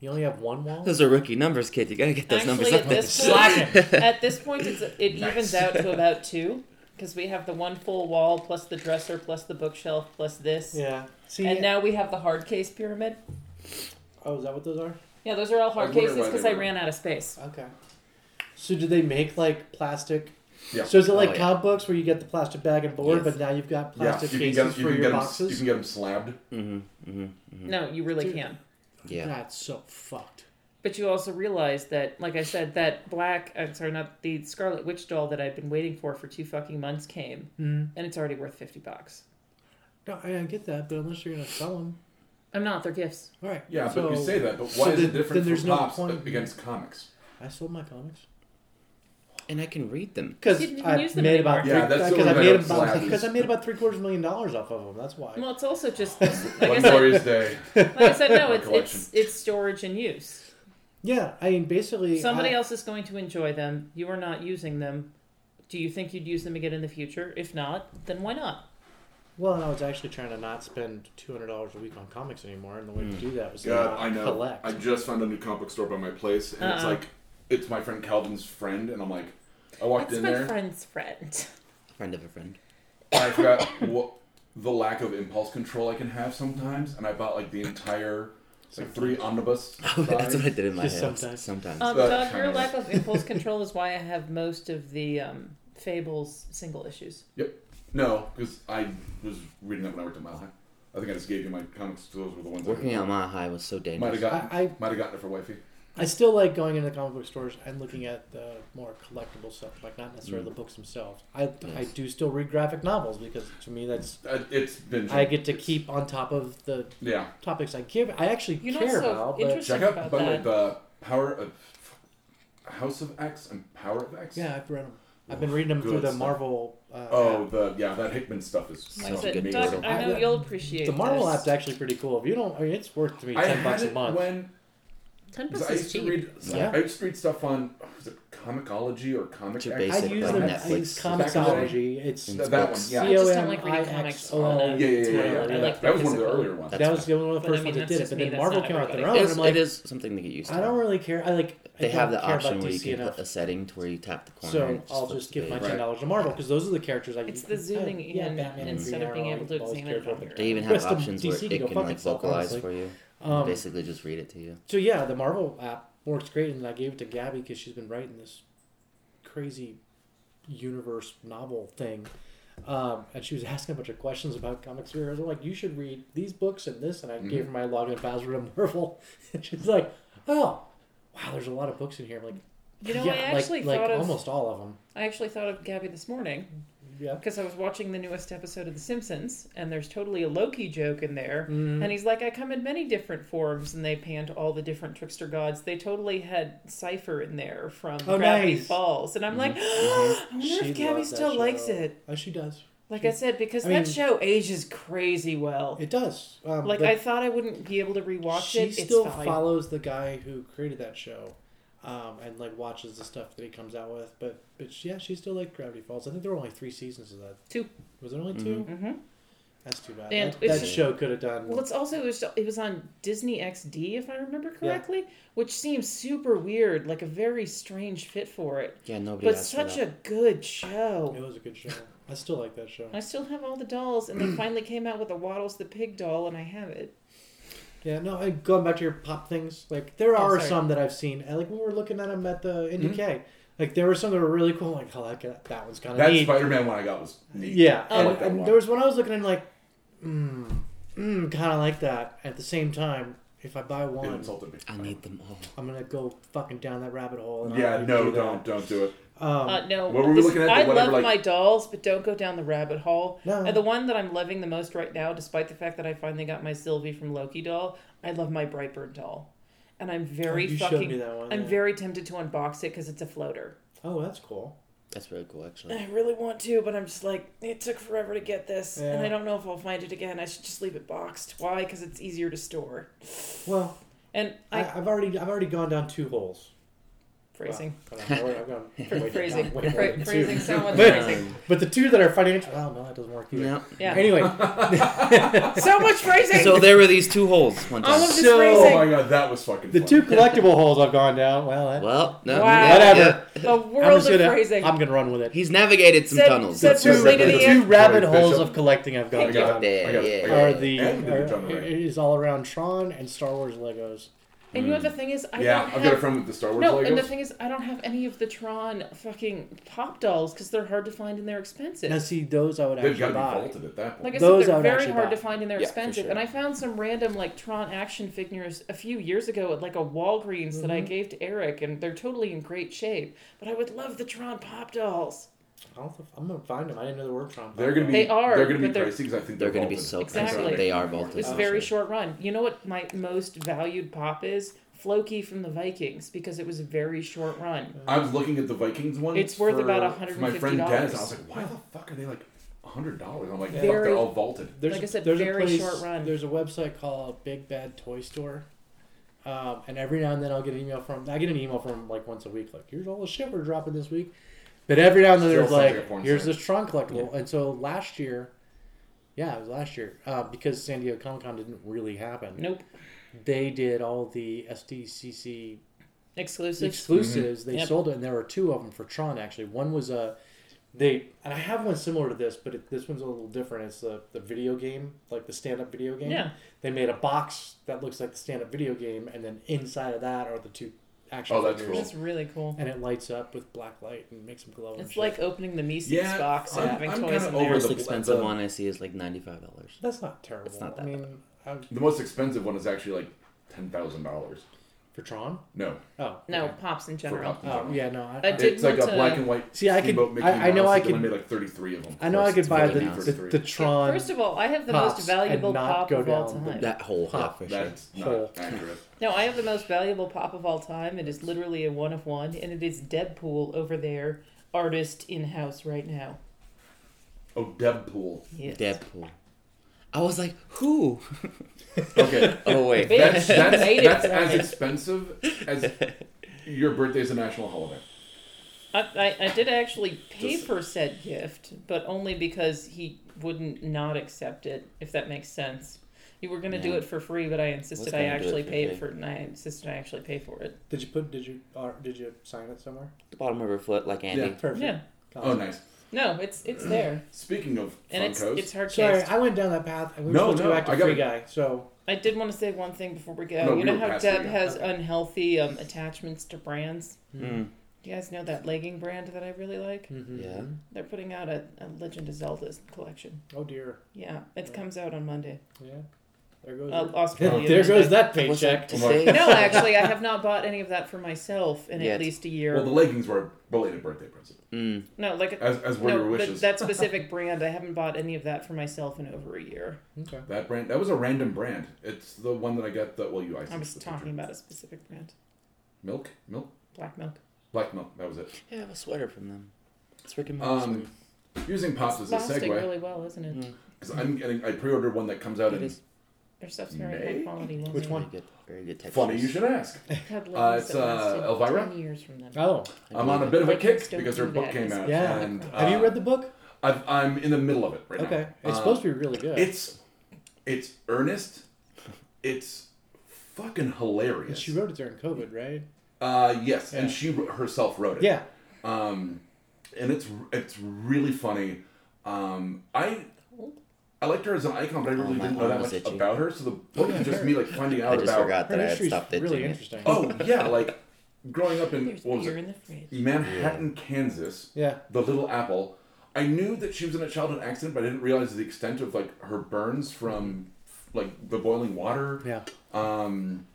You only have one wall. Those are rookie numbers, kid. You gotta get those numbers Actually, up. at this Slack point, at this point, it's, it evens Nice. out to about two because we have the one full wall plus the dresser plus the bookshelf plus this, Yeah. See. and now we have the hard case pyramid. oh, is that what those are? Yeah, those are all I hard wonder cases why they because I were- ran out of space. Okay. So do they make like plastic? Yeah. So is it Oh, like yeah. comic books where you get the plastic bag and board, Yes. but now you've got Yeah, plastic you can cases get 'em- you can for your get 'em s- boxes? you can get them slabbed. Mm hmm. Mm hmm. No, you really Dude. can. Yeah. That's so fucked. But you also realize that, like I said, that black, I'm sorry, not the Scarlet Witch doll that I've been waiting for for two fucking months came, Mm. and it's already worth 50 bucks. No, I, I get that, but unless you're gonna sell them, I'm not, they're gifts. all right. Yeah, so but you say that, but so why is then- it different then there's for no pops point. against comics? I sold my comics And I can read them. because You didn't I use them made about anymore. Yeah, three- that's the 'cause only I thing I made don't about slap is- because I made about three quarters of a million dollars off of them. That's why. Well, it's also just, like I One said, glorious day. like I said no, My it's, it's, it's storage and use. yeah, I mean basically Somebody I- else is going to enjoy them. You are not using them. Do you think you'd use them again in the future? If not, then why not? Well, and I was actually trying to not spend two hundred dollars a week on comics anymore, and the way to do that was to Hmm. God, not I know. collect. I just found a new comic book store by my place, and it's Uh-uh. like it's my friend Calvin's friend, and I'm like, I walked That's in my there, friend's friend. Friend of a friend. and I forgot what the lack of impulse control I can have sometimes, and I bought like the entire like three omnibus. Oh, That's what I size. did in my Just head. sometimes. Sometimes. Um, that Doug, your kind of- lack of impulse control is why I have most of the um, Fables single issues. No, because I was reading that when I worked at Mile High. I think I just gave you my comics. Those were the ones. Working I out my high was so might have dangerous. gotten. I- I- might have gotten it for wifey. I still like going into the comic book stores and looking at the more collectible stuff, like not necessarily the books themselves. I I Yes. do still read graphic novels because to me that's Uh, It's been. I get to keep on top of the Yeah. topics I give. I actually You know care what's so about. But interesting Check out about by the way that? the power of House of X and Power of X. yeah, I've read them. I've been reading them Good through the stuff. Marvel. Uh, Oh, app. the yeah, that Hickman stuff is Like I so said, good Doug, word. I know I- you'll appreciate the Marvel this. app's actually pretty cool. If you don't, I mean, it's worth to me I ten had bucks a it month. when 10 because bucks I is used to cheap. read. Yeah. I used to read stuff on was it Comicology or Comic Your X? I basic, use like, them. I Netflix. use Back in the Comixology. It's Th- that one, books. yeah. I just don't like reading comics on a- Yeah, yeah, yeah, yeah, yeah. I like that was one of physical. the earlier ones. That's that was the only one of But the I first mean, ones that that's did it, just but me, then that's Marvel not came out their own. everybody. And It's, I'm like, it is something to get used to. I don't really care. I like. I they have don't the care option about where you DC can enough. put a setting to where you tap the corner. So and it I'll flips just the give my page. Right. ten dollars to Marvel because those are the characters I. It's the zooming I, Oh, yeah, in Batman and instead of Green being Arrow, able to all those examine it on characters. your They even own. have Rest of options where DC it can go can fuck like itself, vocalize honestly. for you. Um, basically, just read it to you. so yeah, the Marvel app works great, and I gave it to Gabby because she's been writing this crazy universe novel thing. Um, and she was asking a bunch of questions about comic superheroes. I'm like, you should read these books and this. And I Mm-hmm. gave her my login password to Marvel. And she's like, oh, wow, there's a lot of books in here. I'm like, You know, yeah, I like- actually like, thought of almost all of them. I actually thought of Gabby this morning Yeah. because I was watching the newest episode of The Simpsons, and there's totally a Loki joke in there. Mm-hmm. And he's like, I come in many different forms, and they panned all the different trickster gods. They totally had Cypher in there from Oh, Gravity nice. Mm-hmm. Falls. And I'm like, I wonder She if Gabby loved that still likes show. it. Oh, she does. Like I said, because I mean- that show ages crazy well. It does. Um, like, but I thought I wouldn't be able to rewatch she it. still it's fine. follows the guy who created that show. um, and like watches the stuff that he comes out with. But but she- yeah, she still liked Gravity Falls. I think there were only three seasons of that. Two. Was there only 2 Mm-hmm. That's too bad. And that it's that just- show could have done. Well, it's also it was, it was on Disney XD, if I remember correctly, which seems super weird, like a very strange fit for it, Yeah, nobody. but asked for such that. a good show. It was a good show. I still like that show. I still have all the dolls, and they finally came out with the Waddles the Pig doll, and I have it. Yeah, no, and going back to your pop things, like there Oh, are sorry. some that I've seen. And, like when we were looking at them at the NDK, like there were some that were really cool. Like, oh, that, guy- that one's kind of That neat. Spider Man one I got was neat. Yeah, I and, like that and one. there was one I was looking at, like, mm, mm, kind of like that. At the same time, if I buy It one, insulted me. I need them all. I'm gonna go fucking down that rabbit hole. And Yeah, I'll no, do that. don't don't do it. Um, Uh, no, What were we this- looking at? The I whatever, love like- my dolls, but don't go down the rabbit hole. No. And the one that I'm loving the most right now, despite the fact that I finally got my Sylvie from Loki doll, I love my Brightburn doll, and I'm very you fucking. showed me that one. I'm yeah. very tempted to unbox it because it's a floater. Oh, that's cool. That's really cool, actually. I really want to, but I'm just like, it took forever to get this, and I Yeah. don't know if I'll find it again. I should just leave it boxed. Why? Because it's easier to store. Well, And I, I, I've already I've already gone down two holes. phrasing, Well, I've gone- I've gone way down- phrasing, way more Fra- than two. phrasing, someone's But- phrasing. But the two that are financial, oh no, that doesn't work either. No. Yeah, Anyway, so much phrasing. So there were these two holes one All time. of this So- Oh phrasing. my god, that was fucking. the funny. two collectible holes I've gone down. Well, that, Well, no, Wow. yeah, Whatever. yeah. The I'm world just of gonna phrasing. I'm gonna run with it. He's navigated some Said- tunnels. said Let's move Merlin on. to The the two end. rabbit Sorry, holes Bishop. of collecting I've gone Thank you. down I got it, I got are it. the And the are, John Ray. it is all around Tron and Star Wars Legos. And you know what Mm. the thing is? I Yeah, don't I've got have- a friend with the Star Wars No, Legos. and the thing is, I don't have any of the Tron fucking pop dolls because they're hard to find and they're expensive. Now, see, those I would They've got to be actually buy. vaulted at that point. Like I Those said, I they're would very actually hard buy. to find and they're Yeah, for expensive. sure. And I found some random like Tron action figures a few years ago at like a Walgreens that Mm-hmm. I gave to Eric, and they're totally in great shape. But I would love the Tron pop dolls. I don't think- I'm gonna find them. I didn't know they were Tron. they're gonna be. They are, They're gonna be but they're- pricey because I think they're, They're going to be vaulted. so Exactly. expensive. They are It vaulted. was for very sure. short run. You know what my most valued pop is? Floki from the Vikings because it was a very short run. Uh, I was looking at the Vikings one. It's worth for- about for My friend $150. Dennis, I was like, why the fuck are they like hundred dollars? I'm like, fuck, Very- they're all vaulted. There's Like a- I said, there's a very place- short run. There's a website called Big Bad Toy Store, um, and every now and then I'll get an email from. I get an email from like once a week, like here's all the shit we're dropping this week. But every now and then Still there's sounds like, like a porn here's site. this Tron collectible, and so last year, yeah, it was last year uh, because San Diego Comic Con didn't really happen. Nope. They did all the SDCC Exclusive. exclusives. They Yep. sold it, and there were two of them for Tron. Actually, one was a they, and I have one similar to this, but it, this one's a little different. It's the the video game, like the stand up video game. Yeah. They made a box that looks like the stand up video game, and then inside of that are the two action Oh, that's figures, cool. That's really cool. and it lights up with black light and makes them glow. and It's Oh, shit. like opening the Mises Yeah, box and I'm- having I'm toys kinda in over there. the Most bl- expensive the- one I see is like ninety-five dollars. that's not terrible. It's not that I mean, uh, I'm- The most expensive one is actually like ten thousand dollars. for Tron. No, Oh No, okay. pops in for general. Pop in Oh general. yeah, no. I, I I- did It's like a want to- black and white. See, I could- Steamboat Mickey I- I Mouse, know I like, they could- only made like thirty-three of them. I know I First could buy video the, now. the, the Tron. First of all, I have the Pops most and valuable not pop go of all down the- time. That whole, yeah, Huh. for sure. That's Hole. not accurate. No, I have the most valuable pop of all time. It is literally a one of one, and it is Deadpool over there, artist in house right now. Oh, Deadpool. Yes. Deadpool. I was like, who? Okay, Oh wait. Bitch, that's you that's, made it that's right. as expensive as your birthday's a national holiday. I, I, I did actually pay Just- for said gift, but only because he wouldn't not accept it, if that makes sense. You were gonna do Yeah. it for free, but I Was insisted I gonna do it actually for pay it free. for, and I insisted I actually pay for it. Did you put? Did you? Or, did you sign it somewhere? the bottom of her foot, like Andy. Yeah. Perfect. Yeah, Oh, nice. no, it's it's there, Speaking of and it's Funkos, it's hard Sorry, case. I went down that path. and We were No, supposed to no, go back to I got Free it. Guy. So I did want to say one thing before we go. No, you we know were how past Deb Free Guy. has unhealthy um, attachments to brands. Mm. You guys know that legging brand that I really Mm. like? Yeah. They're putting out a, a Legend of Zelda collection. Oh dear. Yeah, it Yeah. comes out on Monday. Yeah. There goes. Uh, it. Australia. there goes that It was paycheck. like to Oh my- say- No, actually, I have not bought any of that for myself in Yet. at least a year. well, the leggings were a belated birthday present, Mm. no, like as, as were your no, but wishes. that specific brand, I haven't bought any of that for myself in over a year. Okay. That brand that was a random brand. It's the one that I got. That well, you I, I sent was the talking picture. about a specific brand, milk, milk, black milk. black milk. That was it. Yeah, I have a sweater from them. It's Rick and Morty. Um, using pops as a Lasting segue really well, isn't it? Mm. because I'm getting. I pre-ordered one that comes out It in is. Their stuff's very high May? quality. Which woman. one? Very good, very good textures. Funny you should ask. Had Uh, leggings it's, that lasted uh, Elvira? 10 years from them. Oh, I'm on a bit of a kick Legends don't because her do book that. came out. yeah. And, uh, Have you read the book? I've, I'm in the middle of it right now. Okay, it's Uh, supposed to be really good. It's it's earnest. It's fucking And hilarious. she wrote it during COVID, right? uh, yes, and Yeah. she wr- herself wrote it. Yeah. Um, and it's it's really funny. Um, I I liked her as an icon, but I really Oh, my didn't know that arm much is itchy. about her. So the book Oh, Yeah, is just sure. me like finding out I just about. forgot Her that I had history's stopped it. really doing it. interesting. Oh yeah, like growing up in There's what was beer it, in the fridge. Manhattan, Kansas. Yeah. The Little Apple. I knew that she was in a childhood accident, but I didn't realize the extent of like her burns from like the boiling water. Yeah. Um,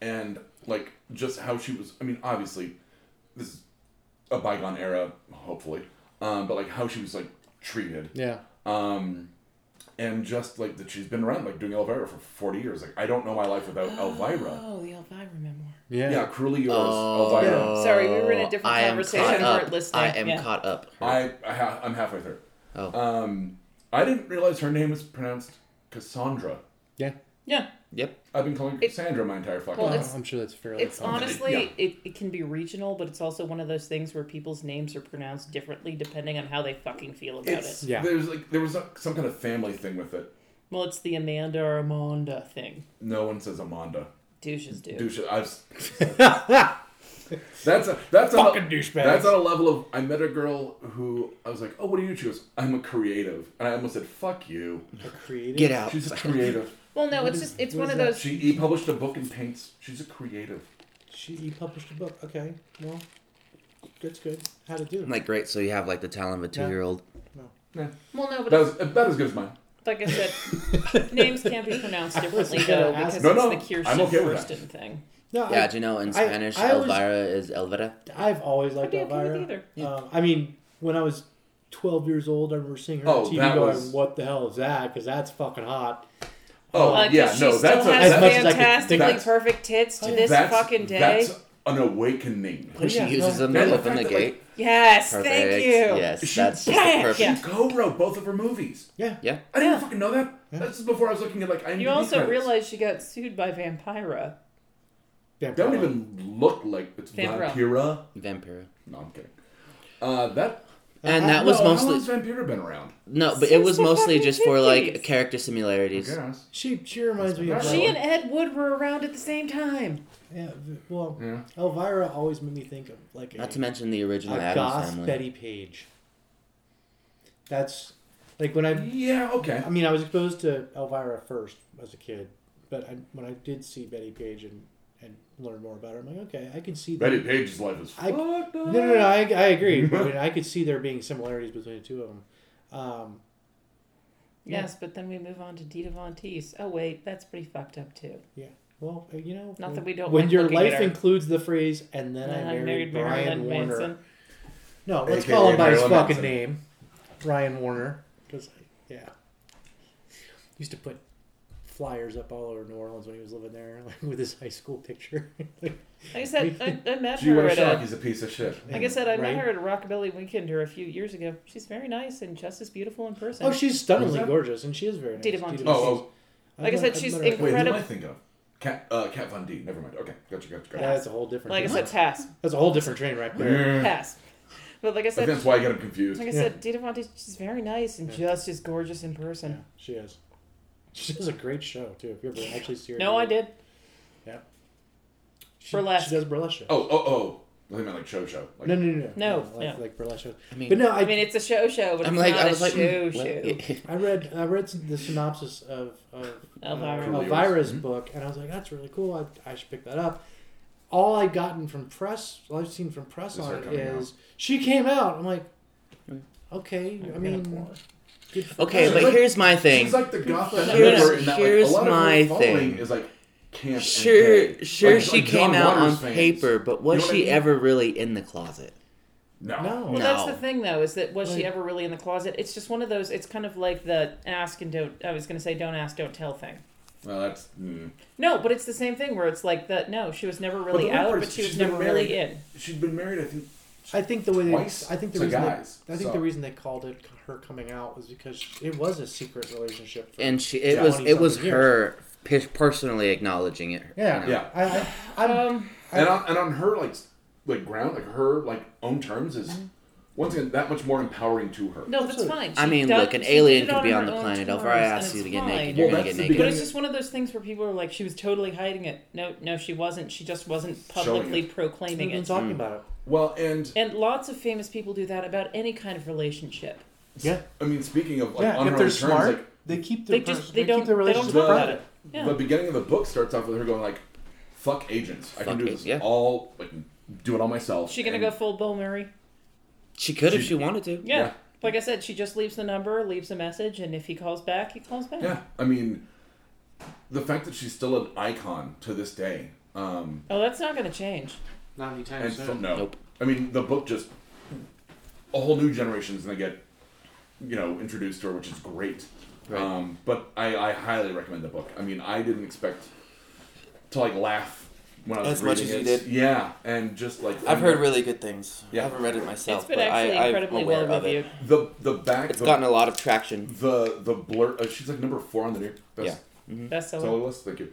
and like just how she was. I mean, obviously, this is a bygone era, hopefully. Um, but like how she was like treated. Yeah. Um, and just like that she's been around like doing Elvira for forty years. Like I don't know my life without Elvira. Oh, the Elvira memoir. Yeah. Yeah, cruelly yours, Oh, Elvira. Sorry, we were in a Oh, different I am conversation. caught We up. weren't listening. I am Yeah. caught up. I, I ha- I'm halfway through. Oh. Um, I didn't realize her name was pronounced Cassandra. Yeah. Oh, Yeah. yep. I've been calling her It- Cassandra my entire fucking Well, life. it's- I'm sure that's fairly. It's common. honestly, Uh, Yeah. it, it can be regional, but it's also one of those things where people's names are pronounced differently depending on how they fucking feel about It's, it. Yeah. There's like there was like, some kind of family thing with it. Well, it's the Amanda or Amanda thing. No one says Amanda. Douches do. Douche. I've. that's a that's Fucking on a, douchebags. That's on a level of I met a girl who I was like, oh, what do you choose? I'm a creative, and I almost said, fuck you. A creative. Get out. She's a creative. Well, no, it's just it's one what is of that? those. She he published a book in paints. She's a creative. She you published a book. Okay. Well, that's good. How to do it? I'm like, great. So you have like the talent of a No. two-year-old. Well, no, but That was about as good as mine. like I said, names can't be pronounced differently gonna though ask- because No, no, it's the Kirsten I'm okay with Kirsten thing. no, Yeah, do you know in I- Spanish, I always- Oh, Elvira is Elvira? I, I've always I'd liked be okay with Elvira. either. Um, I mean, when I was 12 years old, I remember seeing her Oh, on TV that going, was- "What the hell is that?" Because that's fucking hot. Oh Uh, 'cause yeah, she no, still that's a, has As much as I could- fantastically that's- perfect tits to this that's, fucking day. That's an awakening. When she Yeah, uses no. them And to the open fact the that, like, gate. Yes, thank Perfect. you. Yes, She- that's just the Yeah. perfect. She co-wrote both of her movies. Yeah. Yeah. I didn't Yeah. fucking know that. This is before I was looking at like IMDb You also credits. realize she got sued by Vampira. Yeah, They don't probably. even look like it's Vampiro. Vampira. Vampira. No, I'm kidding. Uh, that And I- that was no, how mostly long's Vampira been around? no, but it Since was the mostly fucking just for 50s. like character I similarities. guess. She she reminds me of She She Elvira. and Ed Wood were around at the same time. yeah, v- well, Yeah. Elvira always made me think of like a, Not to mention the original a Adams goth family. Betty Page. That's like when I Yeah. Okay. I mean I was exposed to Elvira first as a kid, but I, when I did see Betty Page and and learn more about her, I'm like, okay, I can see that. Betty Page's life is I- fucked No, up. no, no. I, I agree. I, mean, I could see there being similarities between the two of them. Um, Yeah. Yes, but then we move on to Dita Von Teese. Oh wait, that's pretty fucked up too. well, uh, you know, Not when, that we don't when like your looking at life her. includes the phrase "and Uh, then, I married, Brian Warner." No, let's AKA call him by his Marilyn fucking Manson. name, Brian Warner. Because yeah, used to put flyers up all over New Orleans when he was living there, like with his high school picture. Like I said, I, I met Gee, her what a at shock! a, He's a piece of shit. like I said, I met Right? her at a Rockabilly Weekender a few years ago. She's very nice and just as beautiful in person. oh, she's stunningly that? gorgeous, and she is very nice. Dita Von Teese. Oh, oh I've Like I met- said, I've she's met her a wait, who couple- am I Incredible. thinking of? Cat, uh, Cat Von D. Never mind. Okay, gotcha, gotcha, gotcha. That's a whole different. like I said, pass, that's a whole different train right there. Yeah. pass. But like I I think said, that's why I get him confused. like I Yeah. said, Dita Von Teese, she's very nice and just as gorgeous in Yeah, person. she is. She does a great show too. If you ever actually see her, No, I did. She, Burlesque. She does burlesque. Show. Oh, oh, oh. I think I meant like show show. Like, no, no, no, No, like, no. like burlesque shows. I mean, But no, I, I mean, it's a show show, but I'm it's like, not I was a like, show mm, show. what? I read I read some- the synopsis of, of uh, Elvira. Elvira's Mhm. book, and I was like, that's really cool. I, I should pick that up. All I gotten from press, all I've seen from press Is on her it coming is she came out. I'm like, Mm. okay. I I'm gonna mean, pour. good for okay, her. She's but like- here's my thing. She's like the goth No, no, that lives no. in that, like, Here's a lot of my her following thing. is like camp. and Sure, gay. sure, Like- she like John came out Waters on fans. paper, but was You know what she I mean? ever really in the closet? No. No. Well, No. that's the thing, though, is that was Like- she ever really in the closet? It's just one of those. It's kind of like the ask and don't. I was going to say don't ask, don't tell thing. Well, that's. Mm. No, but it's the same thing where it's like that. No, she was never the really weird out, part but is she was she's been never really married. in. She'd been married, I think. I think the way they, I Twice think the to reason guys, they, I think so- the reason they called it her coming out was because it was a secret relationship. For, And she, it Yeah. was, it was 20-something her p- personally acknowledging it. Yeah, you know? Yeah. I, I, I'm, Um, and on, and on her like s- like ground like her like own terms is Mm-hmm. once again that much more empowering to her no, that's Absolutely. fine. I She mean, done- look, an she did alien it could be on her the own planet. terms, Over, I and ask you it's to get fine. naked. Well, You're gonna that's get the naked. But beginning- it's just one of those things where people are like, she was totally hiding it. No, no, she wasn't. She just wasn't Showing publicly it. proclaiming we've been it. talking Mm-hmm. about it. well and And lots of famous people do that about any kind of relationship. Yeah, i mean speaking of like yeah. on If her they're own smart, terms like they keep their They just person- they, keep don't they their don't relationship talk private. about it. Yeah. the beginning of the book starts off with her going like fuck agents i can Fuck do it, this yeah. all like do it all myself She gonna and- go full Bill Murray? She could if She- she wanted to. Yeah. Yeah. Like I said, she just leaves the number, leaves a message, and if he calls back, he calls back. yeah i mean the fact that she's still an icon to this day um Oh, that's not gonna change. Not anytime And soon. so, no. Nope. I mean, the book just a whole new generation is going to get you know introduced to her, which is great. Right. Um, but I, I highly recommend the book. I mean, I didn't expect to like laugh when I was As much reading as it. you did. Yeah, and just like I've heard really good things. Yeah. I haven't read it myself, it's been but actually I, I'm incredibly aware well of it. reviewed. the the back It's the, gotten a lot of traction. the the blur. Uh, she's like number four on the new best Yeah. Mm-hmm. Bestseller. seller list. Thank you.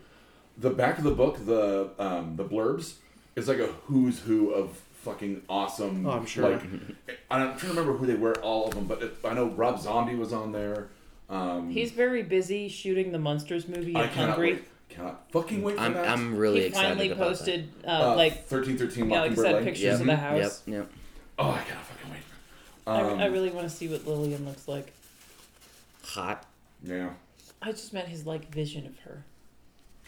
The back of the book, the um, the blurbs, is like a who's who of fucking awesome. Oh, I'm sure. Like, I'm trying to remember who they were, all of them, but it, I know Rob Zombie was on there. Um, He's very busy shooting the Monsters movie I in cannot Hungary. wait. Cannot fucking wait for I'm that. I'm really he excited finally about posted uh, Uh, like 1313 yeah, like I Mockingbird said, Lane. that. pictures Yep. of the house. Yep. Yep. Oh, I cannot fucking wait. Um, I, I really want to see what Lillian looks like. Hot. yeah. I just meant his like vision of her.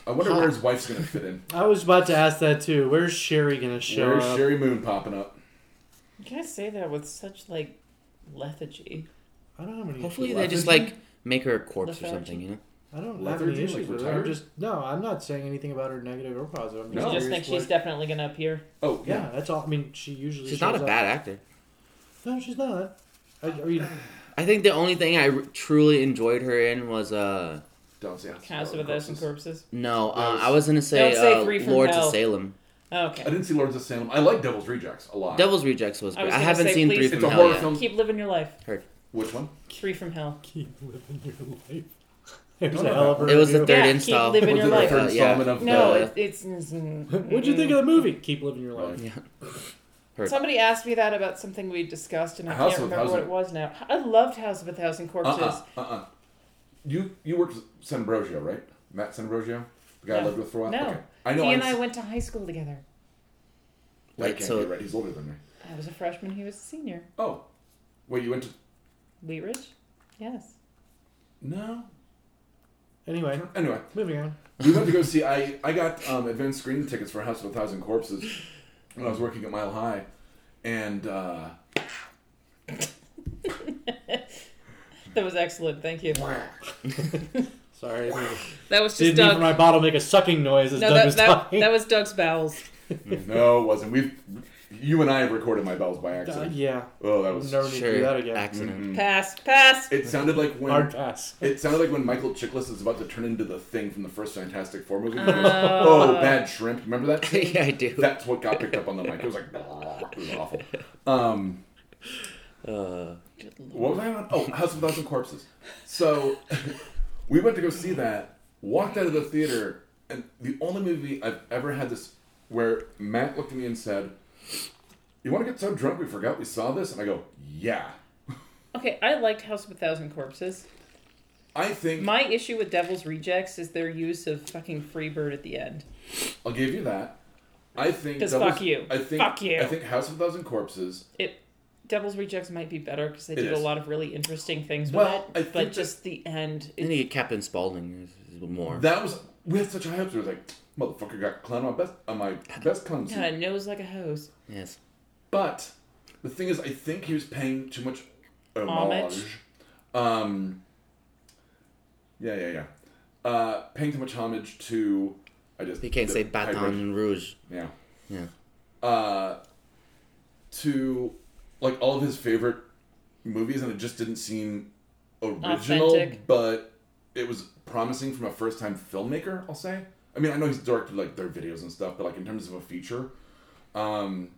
I wonder where his wife's gonna fit in. I was about to ask that too. Where's Sherry gonna show Where's up? Sherry Moon popping up? Can I say that with such like lethargy? I don't have any. Hopefully issues. they just lethargy? like make her a corpse or Lethargy. something. You know. I don't have lethargy, any issues like, with her. retired? I'm just no. I'm not saying anything about her negative or positive. I'm No. just you just think curious she's what- definitely gonna appear. Oh yeah, that's all. I mean, she usually She's not a shows up- bad actor. No, she's not. I, I mean, I think the only thing I r- truly enjoyed her in was uh Don't say that. House of a Thousand Corpses. no uh, Those- I was gonna say, Don't say uh, Three from Lords Hell. of Salem. I Okay. didn't see Lords of Salem. I like Devil's Rejects a lot. Devil's Rejects was. I Great. was I, gonna haven't say, seen please- Three it's from a Hell horror yet. film. Keep living your life. Which one? Three from hell. keep living your life. It was No, a no, hell of a It was the review. third Yeah, keep install. living Was your it the life. third Uh, yeah. installment of No, the- it, it's. mm. What'd you think Mm-hmm. of the movie? Keep living your life. Yeah. Somebody asked me that about something we discussed, and I House can't of a remember what it Thousand- was now. I loved House of a Thousand Corpses. Uh uh-uh, uh. You you worked with Sanbrogio, right? Matt Sanbrogio, the guy I No. lived with for a while. No. Okay. I know. he and I I'm- went to high school together. That Wait, can't so- be right. He's older than me. I was a freshman. He was a senior. Oh, wait. You went to Wheatridge? Yes. no. Anyway, Anyway, moving on. we went to go see. I I got um, advanced screening tickets for House of a Thousand Corpses when I was working at Mile High, and uh, That was excellent. Thank you. Sorry, I mean, That was just didn't even Doug. my bottle make a sucking noise as no, Doug was that, that, talking. that was Doug's bowels. no, it wasn't. We've you and I have recorded my bells by Uh, accident. yeah, Oh, that we'll was. never need to do that Sure. again. Accident. Mm-mm. Pass. Pass. It sounded like when Hard pass. It sounded like when Michael Chiklis is about to turn into the thing from the first Fantastic Four movie. Oh. oh, bad shrimp! Remember Mm-hmm. that? scene? yeah, I do. That's what got picked up on the mic. It was like it was awful. Um, Uh, Good lord. what was I on? Oh, House of a Thousand Corpses. So we went to go see that. Walked out of the theater, and the only movie I've ever had this where Matt looked at me and said, "You want to get so drunk we forgot we saw this?" And I go, "Yeah." Okay, I liked House of a Thousand Corpses. I think My issue with Devil's Rejects is their use of fucking Freebird at the end. I'll give you that. I think 'Cause Devil's- fuck you. I think Fuck you. I think House of a Thousand Corpses Devil's Rejects might be better because they It did a is. lot of really interesting things Well, I with it, think but that- just the end. I It, think Captain Spaulding is, is more. That was we had such high hopes. We was like, motherfucker got clown on my best on my best clown yeah, suit. it nose like a hose. yes. But the thing is, I think he was paying too much homage. Homage. Um. Yeah, yeah, yeah. Uh, paying too much homage to. I just He can't the- say I read- Baton Rouge. Yeah. Yeah. Uh, to like all of his favorite movies, and it just didn't seem original, Authentic. but it was promising from a first time filmmaker, I'll say. I mean, I know he's directed like their videos and stuff, but like in terms of a feature. Um,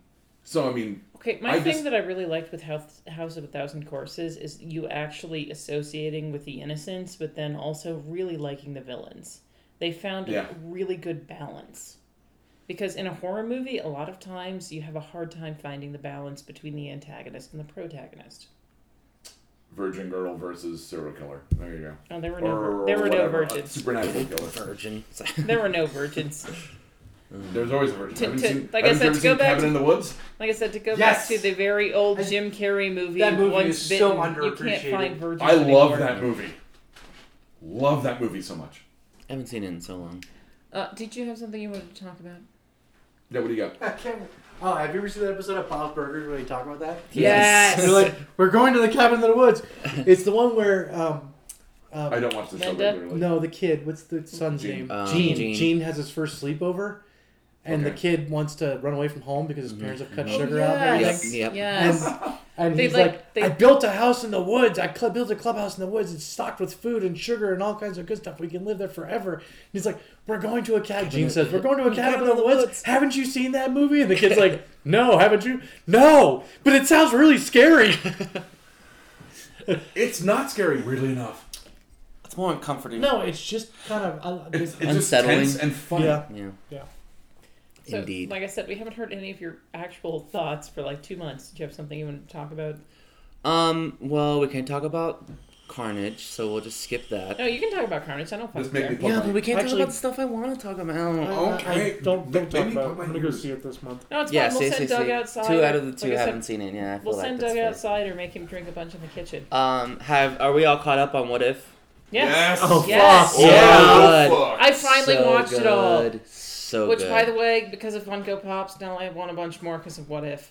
so, I mean, Okay, my I thing just- that I really liked with House, House of a Thousand Corpses is you actually associating with the innocents, but then also really liking the villains. They found Yeah. a really good balance. Because in a horror movie, a lot of times you have a hard time finding the balance between the antagonist and the protagonist. Virgin girl versus serial killer. There you go. And Oh, there were no Or there were no whatever, a virgins. Supernatural killer. Virgin. There were no virgins. There's always a virgin. To- Haven't to- seen, like I haven't said, you ever to go seen back Cabin to- in the Woods. Like I said, to go Yes! back to the very old I- Jim Carrey movie, That movie Once is so Bitten, you can't underappreciated. find virgins. I anymore. love that movie. Love that movie so much. I haven't seen it in so long. Uh, did you have something you wanted to talk about? Yeah, what do you got? I can't. Oh, have you ever seen that episode of Bob's Burgers where they talk about that? Yes. They're like, we're going to the cabin in the woods. It's the one where um, um, I don't watch the show Linda? regularly. No, the kid. What's the son's Gene. name? Um, Gene. Gene. Gene. has his first sleepover, and the Okay. kid wants to run away from home because his parents have cut Oh, sugar out and yes. everything. Yep, yep. Yes. Um, And They, he's like, like, they- I built a house in the woods. I cl- built a clubhouse in the woods. It's stocked with food and sugar and all kinds of good stuff. We can live there forever. And he's like, We're going to a cabin. Gene says, We're going to a cabin in the woods. Haven't you seen that movie? And the kid's like, No, haven't you? No, but it sounds really scary. It's not scary, weirdly enough. It's more comforting. no, it's just kind of. I, It's, it's just Unsettling. tense and funny. yeah. Yeah. Yeah. So, Indeed. Like I said, we haven't heard any of your actual thoughts for like two months. Did you have something you want to talk about? Um. Well, we can talk about Carnage, so we'll just skip that. No, you can talk about Carnage. I don't Just fucking make care. me plug Yeah, my- but we can't Actually- talk about the stuff I want to talk about. Oh, Oh, Okay. I don't, Maybe don't talk about it. put my I'm gonna go ears. see it this month. No, it's yeah, fine. say, We'll say, send say. Doug outside. Two out of the two Like I said, haven't seen it. Yeah, I feel We'll like send that's Doug fair. outside or make him drink a bunch in the kitchen. Um. Have are we all caught up on What If? Yes. Oh, Yes. fuck. So Yeah. good. Fuck. I finally So watched it all. good. So Which, good. by the way, because of Funko Pops, now I want a bunch more because of What If.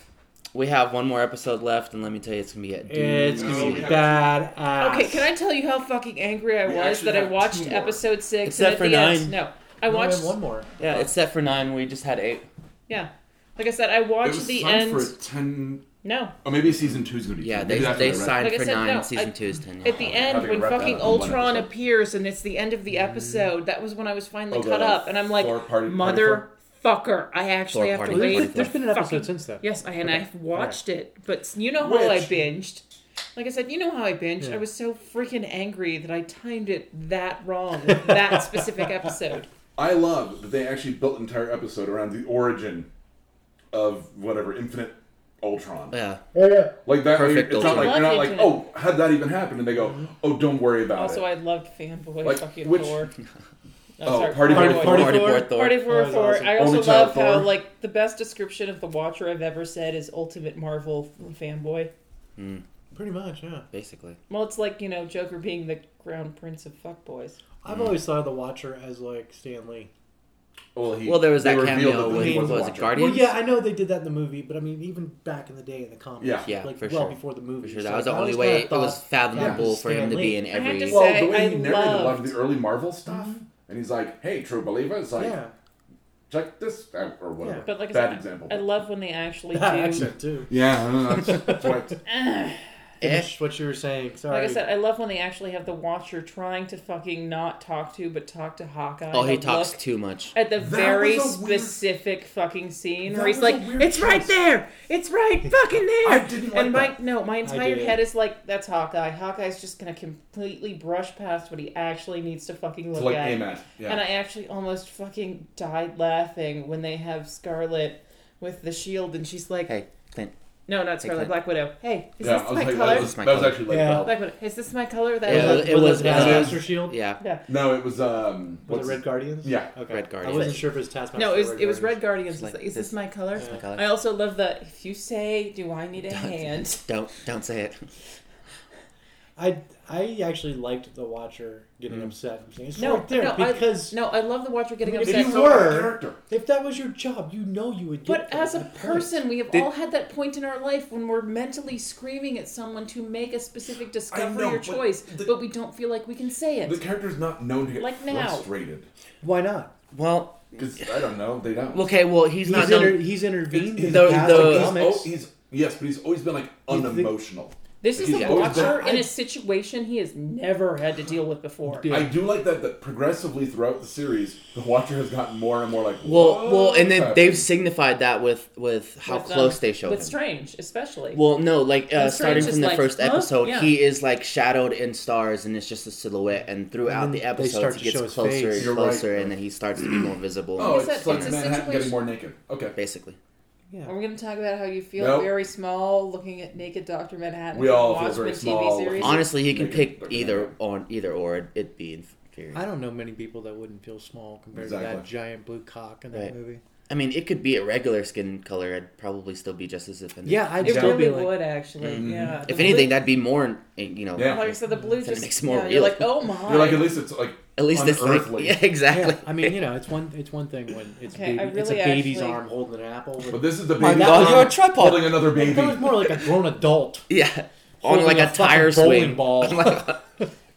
we have one more episode left, and let me tell you, it's gonna be a It's No, gonna we be have- bad ass. Okay, can I tell you how fucking angry I We was actually that I have watched two more. episode six Except and for at the nine. end? No, I No, watched. have one more. Yeah, it's set for nine. We just had eight. Yeah, like I said, I It watched was the signed end. for ten. No, Oh, maybe season two's gonna be. Yeah, ten. they, Maybe that's they what I read. signed Like I for said, nine. no, season I- two is ten. Yeah. At the end, Having when wrapped that fucking up in one Ultron episode. appears and it's the end of Mm. the episode, that was when I was finally Oh, the caught up, and I'm like, Thor party- party Thor? motherfucker, I actually Thor have to wait. party party for Thor. There's been an episode fucking- since then. Yes, I and Okay. I've watched it, but you know how I Which- binged. Like I said, you know how I binged. Yeah. I was so freaking angry that I timed it that wrong with that specific episode. I love that they actually built an entire episode around the origin of whatever Infinite Ultron. yeah. Yeah, yeah. Like that. Perfect it's not Ultron. Mm-hmm. like you're not like, Love oh, how'd that even happen? And they go, oh, don't worry about Also, it. I loved fanboy Like, fucking which- Thor. No, Oh, sorry, Party Boy Boy. Thor. Party Party Boy Boy Thor. Thor. Party for That was Thor. awesome. I also Only child love how Thor. like the best description of the Watcher I've ever said is ultimate Marvel fanboy. Pretty much, yeah. Basically. Well, it's like you know Joker being the crown prince of fuckboys. I've Mm. always thought of the Watcher as like Stanley. Well, he, Well, there was they that revealed cameo that with he what was it, Watcher. Guardians? Well, yeah, I know they did that in the movie, but I mean, even back in the day in the comics, Yeah. Yeah, like for well sure. before the For movie. sure, So that was I the always only kinda way it thought was fathomable was for him to Stan be Lee. in I have every. to Well, say, the way I he narrated a lot of loved- Mhm. the early Marvel stuff, and he's like, "Hey, true believer," it's like, Yeah, check this out or whatever. Yeah. But like I Bad said, example. I love when they actually do. that accent too. yeah, I don't know, that's, that's why it's- Eh. Finish what you were saying. Sorry. Like I said, I love when they actually have the Watcher trying to fucking not talk to, but talk to Hawkeye. Oh, he to talks look too much. at the very was a weird- specific fucking scene That where he's was a like, weird "It's right choice. there, it's right fucking there." I didn't like and my no, my entire did. head is like, "That's Hawkeye." Hawkeye's just gonna completely brush past what he actually needs to fucking it's look like at. aim at. Yeah. And I actually almost fucking died laughing when they have Scarlet with the shield and she's like, Hey, Clint. no, not Hey, Scarlet, Clint. Black Widow. Hey, is yeah, this I was my like, color? that was, It's my that was color. actually like, Yeah. well, Black Widow. Is this my color? That Yeah, I it love?" was- it was, uh, Taskmaster Shield. yeah. Yeah. no, it was um, Was what's it Red Guardians? yeah. Okay. Red I Guardians. wasn't sure if it was Taskmaster. No, it was or it was Red Guardians. Guardians. It's like It's like, is this- this my color? It's my color. I also love the if you say, "Do I need a hand?" Don't don't say it. I I actually liked the Watcher getting Mm. upset. I'm saying it's No, right there no, I- because No, I love the Watcher getting If If upset. you so- were a character, if that was your job, you know you would get. But as a person, we have Did- all had that point in our life when we're mentally screaming at someone to make a specific discovery know, or but choice, the- but we don't feel like we can say it. the character's not known to get Like now. frustrated why not? Well, because I don't know they don't. okay. Well, he's, He's not. inter- Known, he's intervened in the, The- oh, past the- he's, comics. oh, he's yes, but he's always been like You think- unemotional. This is He's a always watcher been- in a situation he has never had to deal with before. I do like that. That progressively throughout the series, the Watcher has gotten more and more like. Well, well, and then "What they've signified that with with how With, um, close they show With him. Strange, especially. Well, no, like uh, And starting Strange from is the like, first huh? episode, Yeah. he is like shadowed in stars, and it's just a silhouette. And throughout And the then they episode, start he to gets show his closer face. and You're right. closer, and then he starts to be more visible. Oh, Is it's, that- like it's a Manhattan getting situation- more naked. Okay. basically. Yeah. Are we going to talk about how you feel Nope. very small looking at naked Dr. Manhattan? We all feel Watchmen very TV small. series? Honest- Honestly, he can Make it pick look either better. on either or. It'd, it'd be inferior. I don't know many people that wouldn't feel small compared to that Exactly. giant blue cock in that Right. movie. I mean, it could be a regular skin color. I'd probably still be just as offended. Yeah, I'd it still really be like, would, actually. Mhm. Yeah. If The anything, blue- that'd be more. eh, You know. Yeah. Like I said, the blue That just makes it more yeah, real. You're like, oh my. You're like at least it's like At least it's like Unearthly. yeah, exactly. yeah. I mean, you know, it's one it's one thing when it's Okay, baby, I it's a really baby's actually- arm holding an apple. But this is the My baby God, arm you're a tripod. holding another baby. That was more like a grown adult. yeah. On like holding a, tire fucking bowling swing. ball.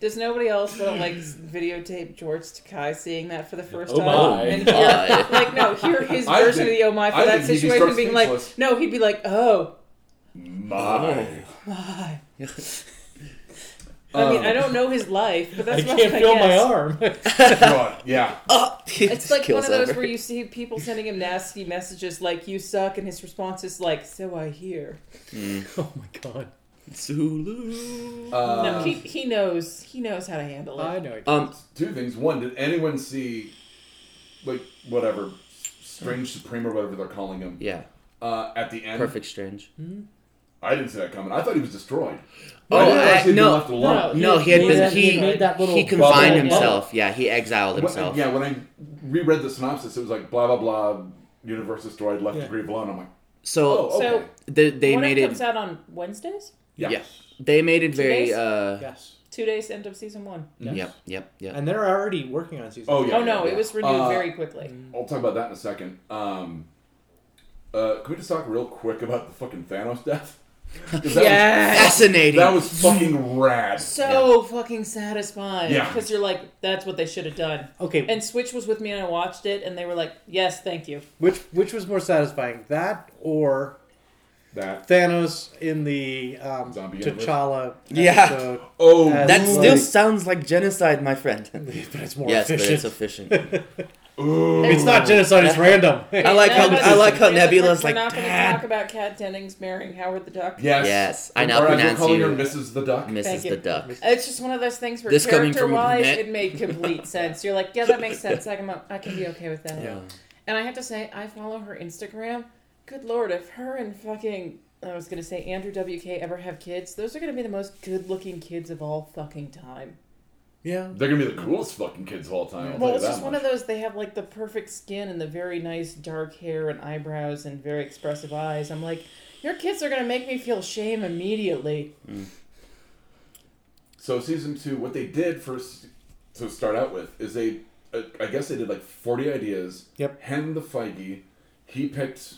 Does nobody else want to like videotape George Takai seeing that for the first Oh time? my. And hear, God. like, no, hear his I version think- of the oh my for I that think he'd be situation, stark being like, speechless. no, he'd be like, oh My. my. I Um, mean, Uh, I don't know his life, but that's I what can't I feel my guess. arm. God, yeah. oh, It's like one of those where you see people sending him nasty messages like "you suck," and his response is like "so I hear." oh my god! Zulu. Uh, no, he, he knows he knows how to handle it. I know. Um, two things. One, did anyone see, like, whatever, Strange Supreme or whatever they're calling him, yeah, uh, at the end? perfect strange. I didn't see that coming. I thought he was destroyed. Oh, I didn't realize I- he'd been no. left alone. No, No, he had He been made he that- made that little he bubble. confined himself. Yeah, he exiled When- himself. yeah, when I reread the synopsis, it was like, blah, blah, blah, universe destroyed, left Yeah. to grieve alone. I'm like, So oh, okay. So- the, they What if made it it. comes out on Wednesdays, yeah. yeah. They made it very. days? Uh, Yes. two days end of season one. yes. Yep. Yep. Yep. And they're already working on season. Mm-hmm. Oh, yeah. oh no, yeah, it yeah. was renewed Uh, very quickly. I'll talk about that in a second. Um, uh, can we just talk real quick about the fucking Thanos death? 'Cause That Yes! Was, Fascinating. that was fucking rad. So fucking satisfying. Yeah. because you're like, that's what they should have done. Okay. And Switch was with me, and I watched it, and they were like, "Yes, thank you." which which was more satisfying, that or That. Thanos in the um, Zombie T'Challa Yeah. episode? Oh, That's that Ooh. still sounds like genocide, my friend. But it's more yes, but efficient. it's efficient. Ooh. It's not genocide. It's random. I like how None of us- I like how we're not- Nebula's we're like. not going to "Dad." talk about Kat Dennings marrying Howard the Duck. Yes. Yes, I Or now as we're pronounce calling you her Mrs. the Duck. Thank Mrs. you. the Duck. It's just one of those things where This coming character from wise, Net. it made complete sense. You're like, yeah, that makes sense. I can, I can be okay with that. Yeah. And I have to say, I follow her Instagram. Good lord, if her and fucking I was gonna say Andrew WK ever have kids, those are gonna be the most good-looking kids of all fucking time. yeah. They're gonna be the coolest fucking kids of all time. I'll well, tell it's you that just one much. of those. They have like the perfect skin and the very nice dark hair and eyebrows and very expressive eyes. I'm like, your kids are gonna make me feel shame immediately. So season two, what they did first to start out with is they, uh, I guess they did like forty ideas. Yep. Hand the Feige, he picked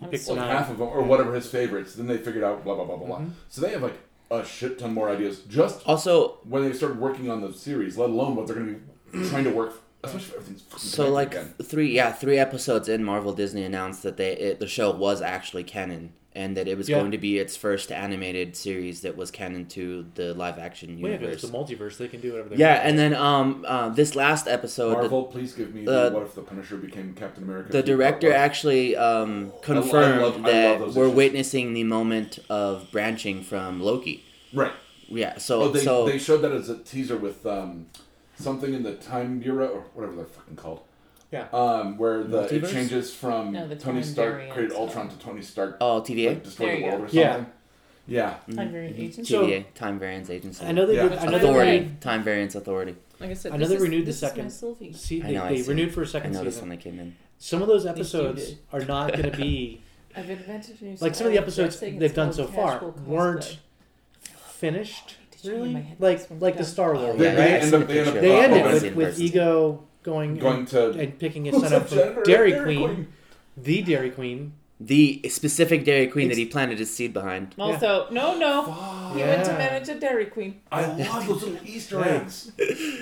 I'm picked so- nine. half of them Mhm. or whatever his favorites. Then they figured out blah blah blah blah Mm-hmm. blah. So they have like a shit ton more ideas just Also, when they started working on the series, let alone what they're gonna be trying to work. Especially if everything's fucking so connected like again. three, yeah, three episodes in, Marvel Disney announced that they it, the show was actually canon and that it was Yeah. going to be its first animated series that was canon to the live action Wait, if it's universe. the multiverse, they can do whatever they yeah, want. and then um, uh, this last episode, the- Marvel, please give me uh, the what if the Punisher became Captain America. The director actually um, confirmed love- I love that those we're issues. witnessing the moment of branching from Loki. right. Yeah, so Oh, they, so they showed that as a teaser with um, something in the Time Bureau or whatever they're fucking called. Yeah. Um, where the it Multiverse? changes from No, the Tony Time Stark variant, created so- Ultron to Tony Stark oh TVA, like, destroy There the you world or go. Yeah. something. Yeah. I'm very ancient. So- TVA Time Variance Agency. I know they Yeah. did. I know they authority renewed- Time Variance Authority. Like I said, I know they this is- renewed the this is my second Sylvie. See, I they, know, I they see. renewed for a I second noticed season. when I came in. Some of those you episodes did. are not going to be I've invented a new like some of the episodes they've done so far weren't finished. Did you see my Really, head like this one? like the Star Oh, Wars, They- yeah, they I've end right? up- seen the they end up- picture. They Oh, ended I've with, seen it with first. ego going Going to and picking his Who's son that up janitor from at Dairy Queen, the Dairy Queen. the specific Dairy Queen that It's- he planted his seed behind. Also, no, no. Fuck. You went to Yeah. manage a Dairy Queen. I love those little Easter Yeah. eggs.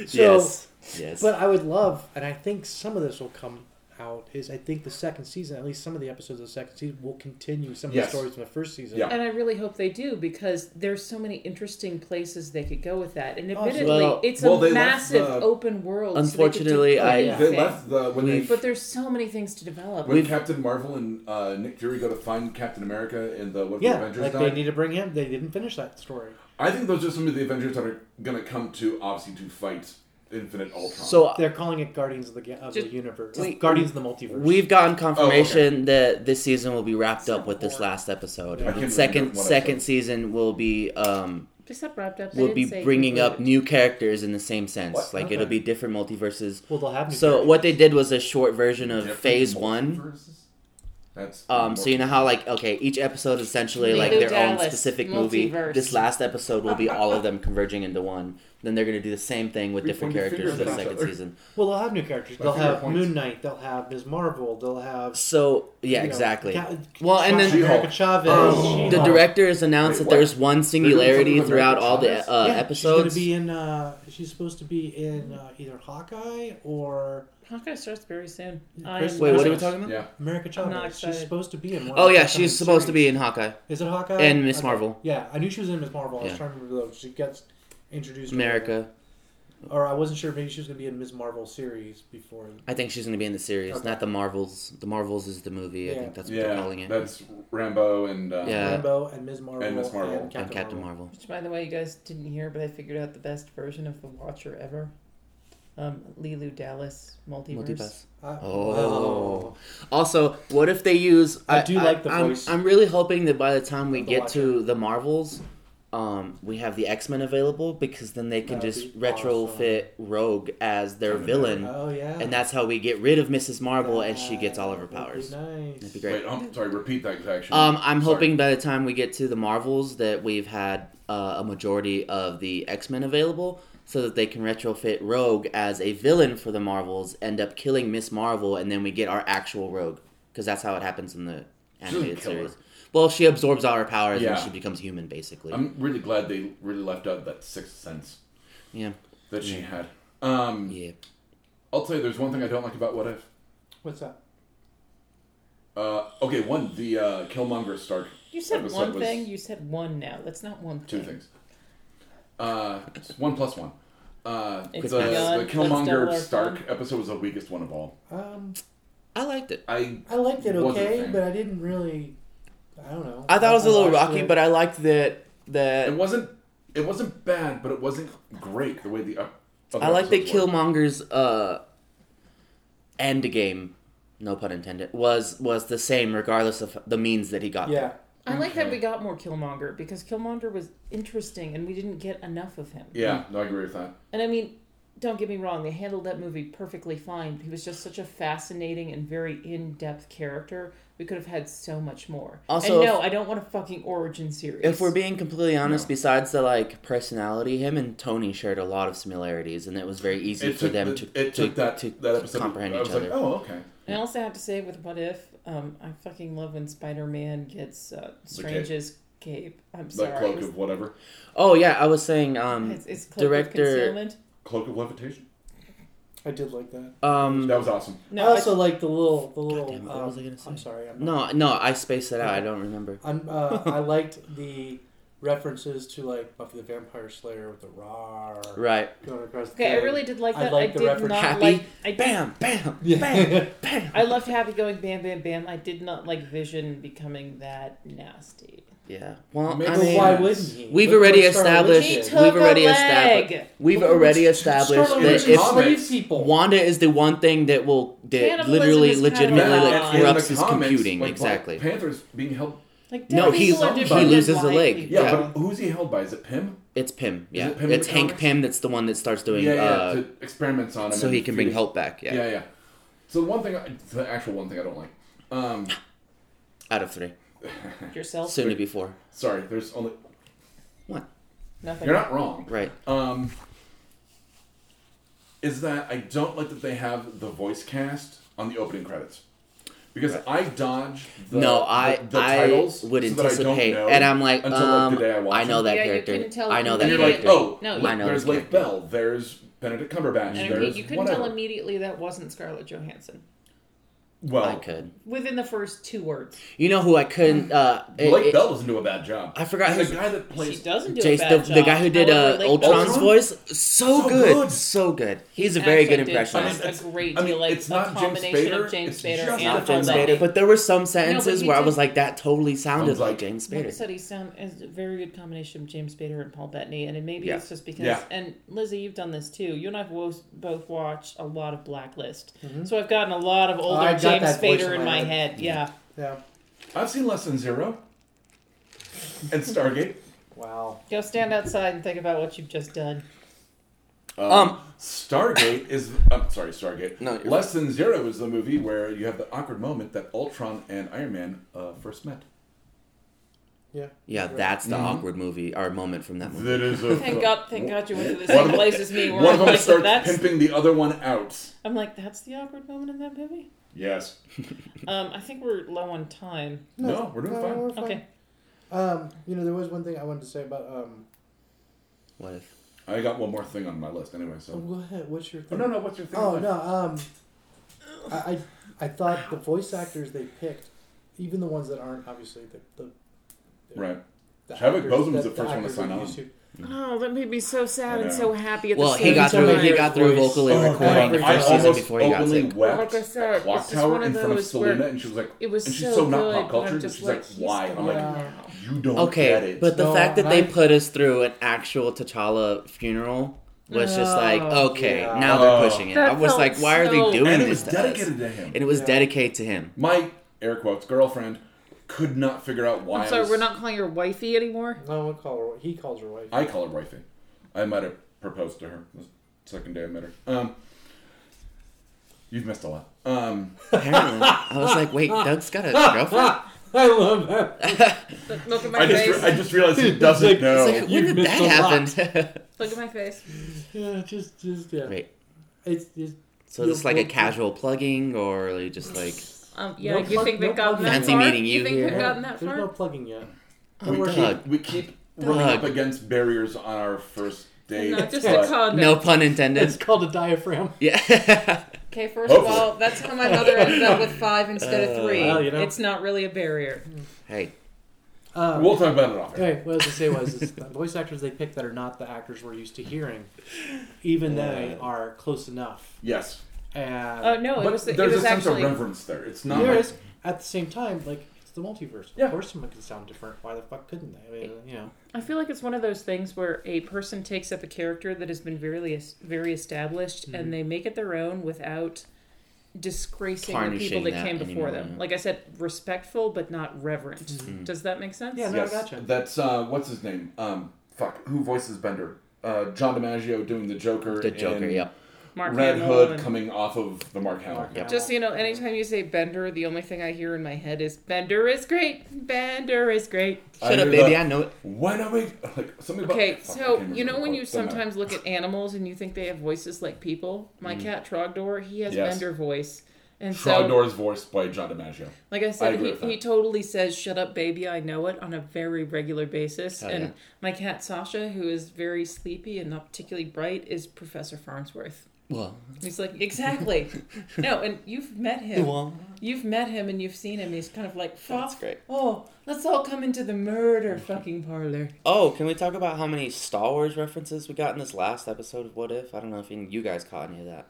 So, yes, yes. But I would love, and I think some of this will come out is I think the second season, at least some of the episodes of the second season, will continue some of Yes. the stories from the first season. Yeah. And I really hope they do because there's so many interesting places they could go with that. And Oh, admittedly, well- it's Well, they a left massive the- open world. so they could do Unfortunately, I- anything. They left the when they But there's so many things to develop. when Captain Marvel and uh, Nick Fury go to find Captain America in the what if Yeah, the Avengers like die. they need to bring him. They didn't finish that story. I think those are some of the Avengers that are gonna come to obviously to fight Infinite Ultron. So They're calling it Guardians of the Ga- of Just- the Universe, wait, Guardians of the Multiverse. We've gotten confirmation that this season will be wrapped up with this boring. last episode. Yeah. I can't second remember what second episode. season will be um Just that wrapped up. They will didn't be say bringing up concluded. new characters in the same sense. What? Like Okay. it'll be different multiverses. well, they'll have. new So characters. what they did was a short version of Different Phase One. multiverses? That's Um, so you know how like okay, each episode is essentially Leo like their own Dallas, specific movie. multiverse. This last episode will be all of them converging into one. Then they're gonna do the same thing with We different pointed characters for fingers the at each second other. season. Well, they'll have new characters. My They'll favorite have points. Moon Knight. They'll have Ms. Marvel. They'll have So yeah, you know, exactly. Ca- Well, and then- Captain America She-Hulk. Chavez. Oh. The She-Hulk. director has announced Wait, that what? there's one singularity something throughout about all the American uh, Yeah, episodes. She's gonna be in. Uh, she's supposed to be in uh, either Hawkeye or Hawkeye starts very soon. Yeah, I'm, Chris- Wait, what are we Christmas. talking about? yeah. America I'm Chavez. not she's excited. supposed to be in. one Oh of the yeah, upcoming she's supposed to series. be in Hawkeye Is it Hawkeye and Miss Okay. Marvel, Yeah, I knew she was in Miss Marvel. I was Yeah. trying to remember though. She gets introduced. to America. her. Or I wasn't sure. Maybe she was gonna be in Miss Marvel series before. I think she's gonna be in the series, Okay. not the Marvels. The Marvels is the movie. I Yeah. think that's what they're calling Yeah, it. that's Rambo and uh, Yeah. Rambo and Ms. Marvel And Ms. Marvel. and and Captain, Captain Marvel. Marvel. Which, by the way, you guys didn't hear, but I figured out the best version of the Watcher ever. Um, Lilu Dallas multiverse. Multipass. Uh, Oh. wow. Also, what if they use? I do like the I'm, voice. I'm really hoping that by the time we Of the get Watcher. to the Marvels, um, we have the X Men available because then they can That would be just retrofit Rogue as their Captain villain, Oh yeah. and that's how we get rid of Mrs. Marvel and she That gets all of her would be powers. Nice. That'd be great. Wait, I'm sorry. Repeat that actually. Um, I'm Sorry. hoping by the time we get to the Marvels that we've had uh, a majority of the X Men available, so that they can retrofit Rogue as a villain for the Marvels, end up killing Miss Marvel, and then we get our actual Rogue, because that's how it happens in the doesn't animated kill her. series. Well, she absorbs all her powers Yeah. and she becomes human, basically. I'm really glad they really left out that sixth sense yeah, that she had. Um, yeah. I'll tell you, there's one thing I don't like about What If. What's that? Uh, okay, one the uh, Killmonger Stark. You said episode one was thing. You said one now. That's not one Two thing. things. Uh, it's one plus one. Uh, the, It's the beyond- let's double Killmonger our Stark episode was the weakest one of all. Um, I liked it. I I liked it Wasn't a okay, fan. but I didn't really. I don't know. I thought it was a little watched rocky, it. but I liked that. That it wasn't it wasn't bad, but it wasn't great the way the. Uh, other I like that episodes were. Killmonger's uh end game, no pun intended, was was the same regardless of the means that he got. yeah, I like that Okay. we got more Killmonger because Killmonger was interesting and we didn't get enough of him. Yeah, no, I agree with that. And I mean, don't get me wrong, they handled that movie perfectly fine. He was just such a fascinating and very in depth character. We could have had so much more. Also, and if- no, I don't want a fucking origin series. If we're being completely honest, No. besides the like personality, him and Tony shared a lot of similarities, and it was very easy It for took, them the, to it to, took that, to that episode. comprehend I each was other. like, oh, okay. I also have to say with What If, um, I fucking love when Spider Man gets uh, Strange's cape. I'm The sorry. cloak it was- of whatever. oh yeah, I was saying, um, it's, it's cloak director- Of concealment. Cloak of Levitation. I did like that. um, That was awesome. I No, I- also like the little, the little. damn it, what um, was I gonna say? I'm sorry. I'm not, no, no, I spaced it out. I don't remember. I'm, uh, I liked the references to like Buffy the Vampire Slayer with the rar Right, going across. The okay, I thing. really did like I that. I, like the did reference. not Happy, like. I did- bam, bam, Yeah. bam, bam. I loved Happy going bam, bam, bam. I did not like Vision becoming that nasty. Yeah. Well, Maybe I But mean, why wouldn't he? we've Look already what Scarlet established- He Witch did. took We've already a leg. established- we've already established Scarlet that Witch if enslaves comics- people. Wanda is the one thing that will that Cannibalism literally is kind of legitimately a like lie. corrupts In his the comics, computing. like, Black exactly. Panther's being held. Like No, no, he's- people are he defeated loses by a leg. people. Yeah, Yeah. but who's he held by? Is it Pym? It's Pim. Yeah, it Pim in it's the Hank comics? Pym that's the one that starts doing. yeah, yeah. uh, to experiments on him, so and he can bring feed- help back. Yeah, yeah, yeah. So the one thing, I, the actual one thing I don't like. Um, out of three, yourself. soon to be four. sorry, there's only Nothing. you're not wrong. Right. Um, is that I don't like that they have the voice cast on the opening credits because I dodge. The, no, I the, the I titles would so that I don't anticipate, know and I'm like, until um, like the day I watch I know them. that Yeah, you character. couldn't tell I know that And you're character. like, oh, No, look, I know there's this Lake character. Bell, there's Benedict Cumberbatch, And I mean, there's you couldn't whatever. tell immediately that wasn't Scarlett Johansson. Well, I could. Within the first two words, You know who I couldn't? Uh, it- Blake it- Bell doesn't do a bad job. I forgot And the his- guy that plays she doesn't do a Jace, bad the, job. the guy who did However, uh, Lake Ultron's Baldwin voice, so, So good. good. so good. He's a very good actually did impressionist. just a great I mean, deal, like it's not a James combination Spader, of James it's Spader just and Not not James James Paul Bettany. Spader, but there were some sentences he where I did- was like, that totally sounded Sounds like, like- James Spader. Like I said, he sound is a very good combination of James Spader and Paul Bettany, and it maybe Yeah. it's just because. Yeah. And Lizzie, you've done this too. You and I've wo- both watched a lot of Blacklist, Mm-hmm. so I've gotten a lot of Oh, older I've got James that voice Spader in my head. Yeah, Yeah. I've seen Less Than Zero and Stargate. Wow. go stand outside and think about what you've just done. Um, Um, Stargate is. I'm sorry, Stargate. No, you're- Less Than Zero is the movie where you have the awkward moment that Ultron and Iron Man uh, first met. Yeah. yeah, Right. that's the Mhm. awkward movie or moment from that movie. That is a. Thank God, thank God you went to the One same of them- place as me. Where One I'm of them like, starts that's, pimping the other one out. I'm like, that's the awkward moment in that movie. Yes. Um, I think we're low on time. No, we're doing fine. we're Okay, Um, you know, there was one thing I wanted to say about um. What if? I got one more thing on my list anyway. Oh, So. go ahead. What's your? Oh, Thing? no, no. What's your thing? Oh left? no. Um, I, I I thought the voice actors they picked, even the ones that aren't obviously the the. the Right. the Chadwick actors Boseman was that- the first one to actors sign are on. used to. Mm-hmm. Oh, that made me so sad and so happy at Well, he got time through. I He hear got his through voice- vocally Oh, recording the God, I first season almost before he got openly sick. wept Like I said, at Clock it's just Tower one in of front of those where Selena, and she was like, It was and she's so, so, not pop good, but I'm culture, but just she's like, like, he's why? And I'm like, gone Yeah. now. you don't get Okay, it. but the No, fact that and they I- put us through an actual T'Challa funeral was just like, Oh, okay, yeah. now they're Oh. pushing it. That I was felt like, why are so- they doing and it this was to us? dedicated to him. And it was Yeah. dedicated to him. My air quotes girlfriend could not figure out why. I'm I sorry, was- we're not calling her wifey anymore. No one call her. He calls her wife. I call her wifey. I might have proposed to her the second day I met her. Um, you've missed a lot. Um, Apparently, I was like, wait, Doug's got a girlfriend. I love that. Look, look at my I just face. re- I just realized he doesn't It's like- know. It's like, you when did missed a that lot. happen? look at my face. Yeah, just just yeah. Wait. It's, it's So is this like a You'll- casual plugging, or are you just like Um, yeah, No you plug- think no they've gotten plug. that Fancy far? meeting you think here. they've gotten that there's far? no plugging yet. we Oh, keep Doug. we keep running up Doug. against barriers on our first date. No, just but a condom. no pun It's intended? called a diaphragm. Yeah. Okay, first Hopefully. Uh, of all, that's how my mother ended up with five instead of three. Well, you know. It's not really a barrier. hey, Um, We'll talk about it off. air. Okay, what I was gonna say was is the voice actors they picked that are not the actors we're used to hearing, even they Yeah. are close enough. Yes, And Oh no, it but was it there's was a sense actually of reverence there. It's not. there like- is at the same time like it's the multiverse. Yeah. Of course, someone could sound different. Why the fuck couldn't they? I mean, you know. I feel like it's one of those things where a person takes up a character that has been very very established and they make it their own without disgracing the people Tarnishing that, that came before anymore, them. yeah. Like I said, respectful but not reverent. Does that make sense? Yeah, no, Yes, I gotcha. that's uh, what's his name? Um, fuck, who voices Bender? Uh, John DiMaggio doing the Joker. the Joker. in Yep. Mark Red Hamill Hood and- coming off of the Mark Hamill. Mark Hamill. Just so you know, anytime you say Bender, the only thing I hear in my head is Bender is great. Bender is great. I Shut up, knew baby. that- I know it. Why don't we like something about? Okay, fuck, I so can't remember you know the when quote. you Doesn't matter. sometimes look at animals and you think they have voices like people? My cat Trogdor, he has Mm-hmm. Yes. Bender voice. And so, Trogdor's voice by John DiMaggio. like I I said, agree he, with that. he totally says, Shut up, baby, I know it on a very regular basis. Hell and yeah. my cat Sasha, who is very sleepy and not particularly bright, is Professor Farnsworth. Well, He's like, Exactly. no, and you've met him. You've met him and you've seen him. He's kind of like, That's "Fuck, great. Oh, let's all come into the murder fucking parlor. Oh, can we talk about how many Star Wars references we got in this last episode of What If? I don't know if any- you guys caught any of that.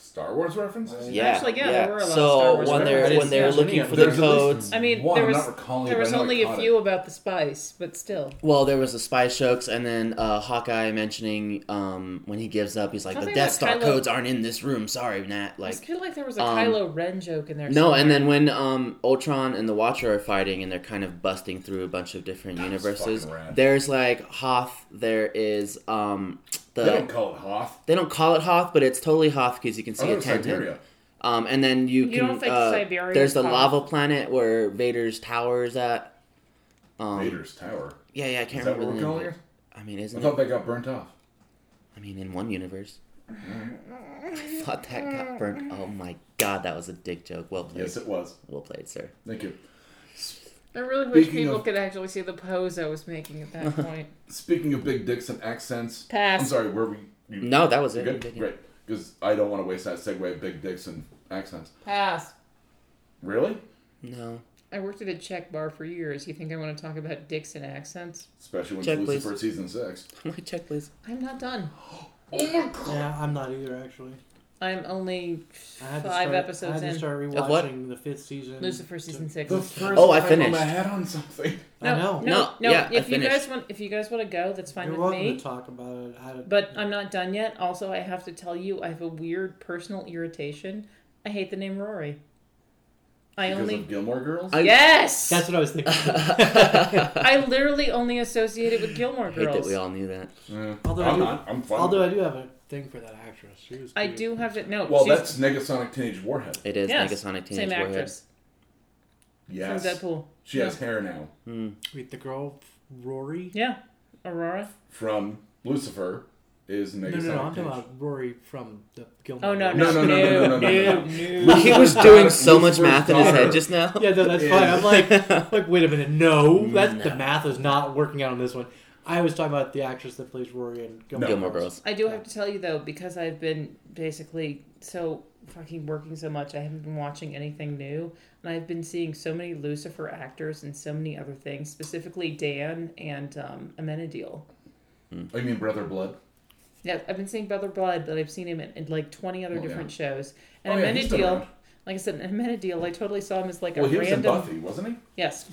Star Wars references. Yeah. Actually, yeah, there were a lot of so Star Wars when they're references. when they're Yeah. looking for the There's at least codes, I mean, one, there I'm was- not recalling it, There but I was know I only a caught it. few about the spice, but still. well, there was the spy shooks, and then uh, Hawkeye mentioning um, when he gives up, he's like, Something the Death about Star Kylo- codes aren't in this room. Sorry, Nat. I Like, just feel like there was a um, Kylo Ren joke in there. No, and somewhere. then when um, Ultron and the Watcher are fighting and they're kind of busting through a bunch of different That was universes, fucking rad. there's like Hoth, there is um, the. They don't call it Hoth. They don't call it Hoth, but it's totally Hoth because you can I see thought it a was tentacle. Siberia. Um, and then you, You can. don't think uh, Siberia There's is the Hoth? lava planet where Vader's tower is at. Um, Vader's Tower. Yeah, yeah, I can't Is that what remember the we're name. of calling it. it? I mean, I isn't thought it? they got burnt off. I mean, in one universe. I thought that got burnt. Oh my god, that was a dick joke. Well played. Yes, it was. Well played, sir. Thank you. I really wish Speaking people of- could actually see the pose I was making at that point. Speaking of big dicks and accents, Pass. I'm sorry. Were we? You, No, that was you it. good? Good, yeah. Great. Because I don't want to waste that segue of big dicks and accents. Pass. Really? No. I worked at a Czech bar for years. You think I want to talk about dicks and accents? Especially when Check, it's Lucifer please. season six. I'm like, check, please. I'm not done. Yeah, I'm not either actually. I'm only I five had to start, I episodes had to in. start Of what? rewatching the fifth season. Lucifer season to- six. The first Oh, I time finished. my head on something. I No, know. No, no. yeah, I if you finished. guys want, if you guys want to go, that's fine You're with welcome me. to talk about it. I had a- But I'm not done yet. Also, I have to tell you, I have a weird personal irritation. I hate the name Rory. I because only of Gilmore Girls? I- yes. that's what I was thinking. I literally only associate it with Gilmore Hate that Girls. we all knew that. Yeah. Although I I'm do- not. I'm fine. Although I do have a thing for that actress. She was I cute. do have to no. well, she's that's Negasonic Teenage Warhead. It is Yes, Negasonic the same Teenage Warhead. actress Yes. from Deadpool. She has hair now. Wait, the girl Rory. Yeah, Aurora. From Lucifer is No, Negasonic no, no. I'm talking Teenage about Rory from the Gilmore. Oh no, Girls. No, no, no, no, no, no, no, no, no. He was doing so much math in his head just now. Yeah, no, that's fine. I'm like, like, wait a minute. No, Mm, that's the math is not working out on this one. I was talking about the actress that plays Rory in Gilmore, Gilmore Girls. I do have to tell you though, because I've been basically so fucking working so much, I haven't been watching anything new, and I've been seeing so many Lucifer actors and so many other things, specifically Dan and um, Amenadiel. Oh, you mean Brother Blood? Yeah, I've been seeing Brother Blood, but I've seen him in, in like twenty other Oh, yeah. different shows. And Oh, yeah, he's been Amenadiel, around. like I said, Amenadiel, I totally saw him as like well, a he was in random. Buffy, wasn't he? yes,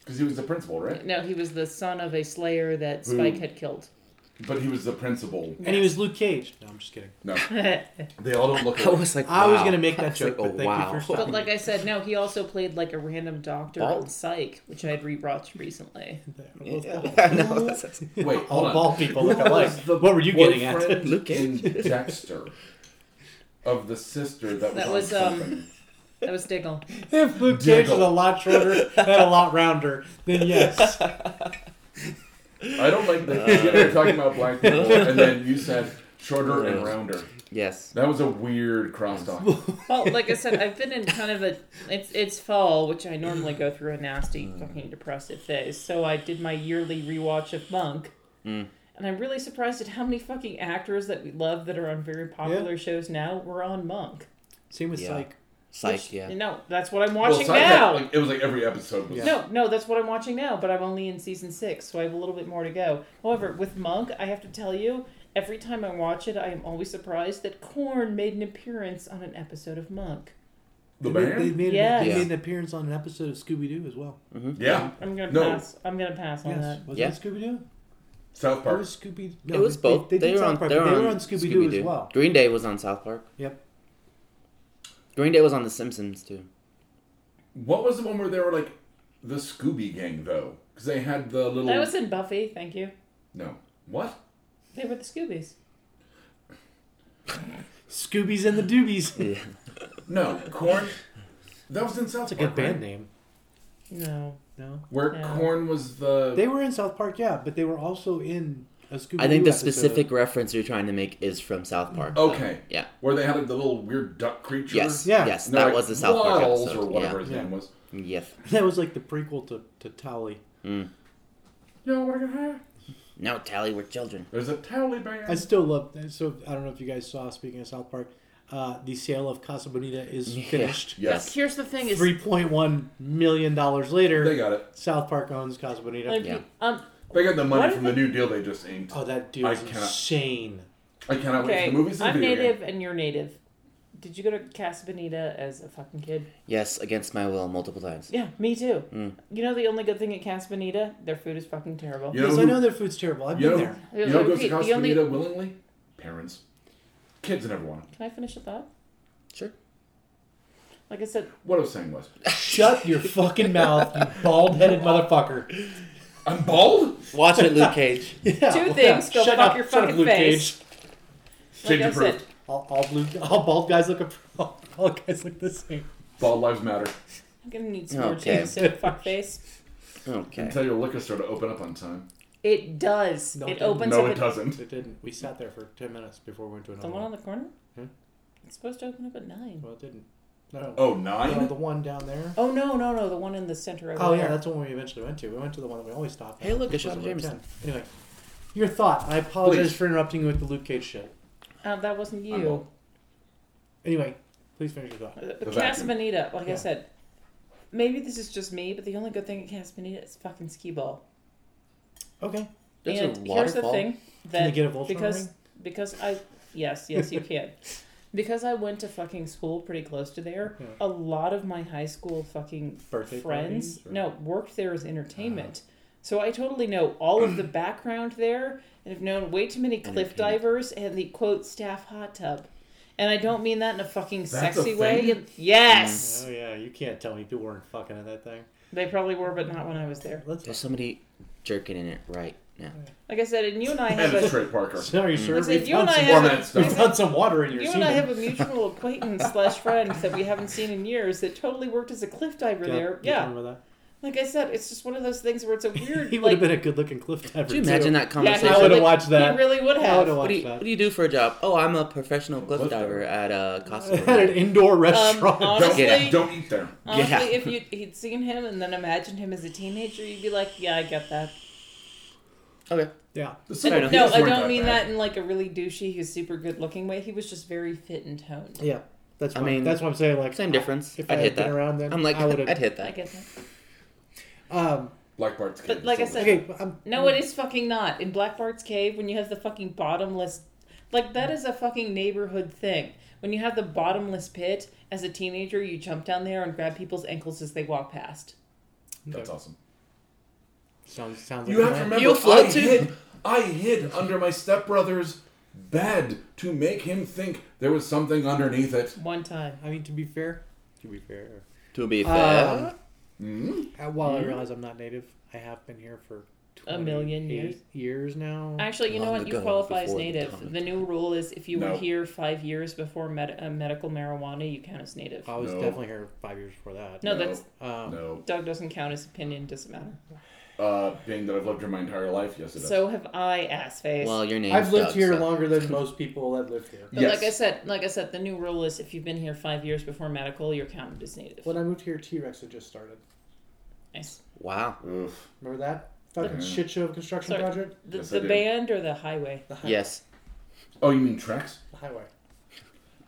Because he was the principal, right? no, he was the son of a Slayer that Who- Spike had killed. But he was the principal. and he was Luke Cage. No, I'm just kidding. No, but they all don't look I alike. was like, I was wow. gonna make that was joke, like, "Oh, but thank you for stopping. like I said, no, he also played like a random doctor on Bald? Psych, which I had rewatched recently. I know. that's- Wait, hold All on. bald people look alike. was What were you getting at? boyfriend Luke Cage. in Dexter of the sister that was That on was, um, something. That was Diggle. If Luke Cage was Diggle. a lot shorter and a lot rounder, then yes. I don't like that you were talking about black people, and then you said shorter and rounder. Yes. That was a weird crosstalk. Well, like I said, I've been in kind of a it's it's fall, which I normally go through a nasty fucking depressive phase. So I did my yearly rewatch of Monk. And I'm really surprised at how many fucking actors that we love that are on very popular shows now were on Monk. Same with Yeah. Psych. Psych, yeah. No, that's what I'm Well, watching Seinfeld, now. like, it was like every episode was. Yeah. No, no, that's what I'm watching now, but I'm only in season six, so I have a little bit more to go. However, with Monk, I have to tell you, every time I watch it, I am always surprised that Korn made an appearance on an episode of Monk. The They made- They band? made, Yes. an, they Yeah. made an appearance on an episode of Scooby Doo as well. Yeah. I'm gonna No. pass. I'm gonna pass on Yes. that. Was Yeah. it Scooby Doo? South It Park. was Scooby. it was both. They, did were South on. Park, they but were on, Scooby Doo as Scooby-Doo. well. Green Day was on South Park. Yep. Green Day was on The Simpsons too. What was the one where they were like the Scooby Gang though? Because they had the little. That was in Buffy. Thank you. No. What? They were the Scoobies. Scoobies and the Doobies. It's No. Corn. That was in South a Park. good band right? name. No. No, Where Yeah. Corn was the. they were in South Park, yeah, but they were also in a Scooby. Doo I think the specific reference you're trying to make is from South Park. Oh. okay. Yeah. Where they had like the little weird duck creature. Yes. Yeah. Yes. And they're That like, was the South Park Waddles episode. or whatever his Yeah. name was. Yeah. Yes. that was like the prequel to to Tally. You know what I can have? Now tally, we're children. There's a tally band. I still love. So I don't know if you guys saw. Speaking of South Park, uh, the sale of Casa Bonita is Yeah. finished. yes. Here's the thing: is Three point one million dollars later, They got it. South Park owns Casa Bonita. like, Yeah. um, They got the money What from if the new deal they just inked. oh, that dude I is cannot- insane. I cannot wait okay. for the movies and I'm video native game. and you're native. Did you go to Casa Bonita as a fucking kid? Yes, against my will, multiple times. Yeah, me too. You know the only good thing at Casa Bonita, their food is fucking terrible. You know yes, who, I know their food's terrible. I've you been know, You there. know who goes Okay, to the Costa only- Bonita willingly? Parents. Kids never want it. Can I finish a thought? Sure. Like I said, What I was saying was, Shut your fucking mouth, you bald-headed motherfucker. I'm bald? Watch it, Luke Cage. Yeah, Two things, go shut fuck up, your shut up, fucking Luke face. Cage. Change I of proof. said- All, all blue, all bald guys look, a- all bald guys look the same. Bald lives matter. I'm gonna need some more Okay. chips and fuckface. Okay. Tell your liquor store to open up on time. It does. No, it it opens No, up. it at- doesn't. It didn't. We sat there for ten minutes before we went to The another one on one. the corner. Hmm? It's supposed to open up at nine. Well, it didn't. No. Oh, No, nine? the one down there. Oh no, no, no! The one in the center over Oh there. yeah, that's the one we eventually went to. We went to the one that we always stopped. Hey, at, look, which a shot was at of 10. Jameson. Anyway, your thought. I apologize Please. for interrupting you with the Luke Cage shit. Uh, that wasn't I'm you. bald. Anyway, please finish your thought. But The Casa vacuum. Bonita, like Yeah. I said, Maybe this is just me, but the only good thing in Castaneda is fucking skee ball. Okay. There's and a here's the waterfall. thing Can they that get a Voltron because ring? because I yes yes you can because I went to fucking school pretty close to there. Yeah. A lot of my high school fucking Birthday friends parties or- Uh-huh. no worked there as entertainment, so I totally know all of the background there and have known way too many cliff Entertainment. divers and the quote staff hot tub. And I don't mean that in a fucking That's a sexy thing? way. Yes, Oh yeah, you can't tell me people weren't fucking at that thing. they probably were, but not when I was there. Let's. There's somebody jerking in it right now. Like I said, and you and I And have it's a Trey Parker. So Mm. are you sure? Listen, we you and found I some have- water- Listen, we found some water in your You semen. and I have a mutual acquaintance slash friend that we haven't seen in years that totally worked as a cliff diver Yeah, there. you Yeah. remember that? Like I said, it's just one of those things where it's a weird. he would like, have been a good-looking cliff diver. Could you imagine too. that yeah, conversation? I would've like, watched that. He really would I would have have. what, watched do you, what that. do you do for a job? Oh, I'm a professional cliff, Cliff diver diver. at a at an Costco. indoor Um, restaurant. Don't, honestly- Get out. don't eat there. Honestly, Yeah. if you he'd seen him and then imagined him as a teenager, you'd be like, "Yeah, I get that." okay. yeah, The Fair enough. Scorpions no, I weren't don't mean bad. that in like a really douchey, who's super good looking way. He was just very fit and toned. yeah. That's I what I mean, mean. That's what I'm saying. Like Same difference. If I I'd had hit been that. around then, I'm like, I would I'd have. hit I that. get that. Um, Black Bart's But Kid, like I it's said- over. okay, I'm, No, Mm. it is fucking not. In Black Bart's Cave, when you have the fucking bottomless, like that is a fucking neighborhood thing. When you have the bottomless pit, as a teenager, you jump down there and grab people's ankles as they walk past. that's awesome. Sounds sounds. You like have to a plan. remember, You'll float I too. hid, I hid under my stepbrother's bed to make him think there was something underneath it. One time. I mean, to be fair, to be fair. To be fair. Um, Mm? uh, while I realize I'm not native, I have been here for A million 28 years now. Actually, you know Long what? You ago, qualify as before the native. The, comet. new rule is if you were No. here five years before med- uh, medical marijuana, you count as native. Oh. I was No. definitely here five years before that. No, No. that's Oh. Um, No. Doug doesn't count. His opinion doesn't matter. Uh, being that I've lived here my entire life, yes, it does. So have I, ass face. well, your name's I've lived Doug, here so- longer than most people that live here. but like I Yes. said, like I said, the new rule is if you've been here five years before medical, you're counted as native. When I moved here, T Rex had just started. Nice. Wow. Oof. Remember that fucking Yeah. shit show of construction Sorry. project? The, Yes, I the do. band or the highway? The highway. Yes. Oh, you mean Trex? The highway.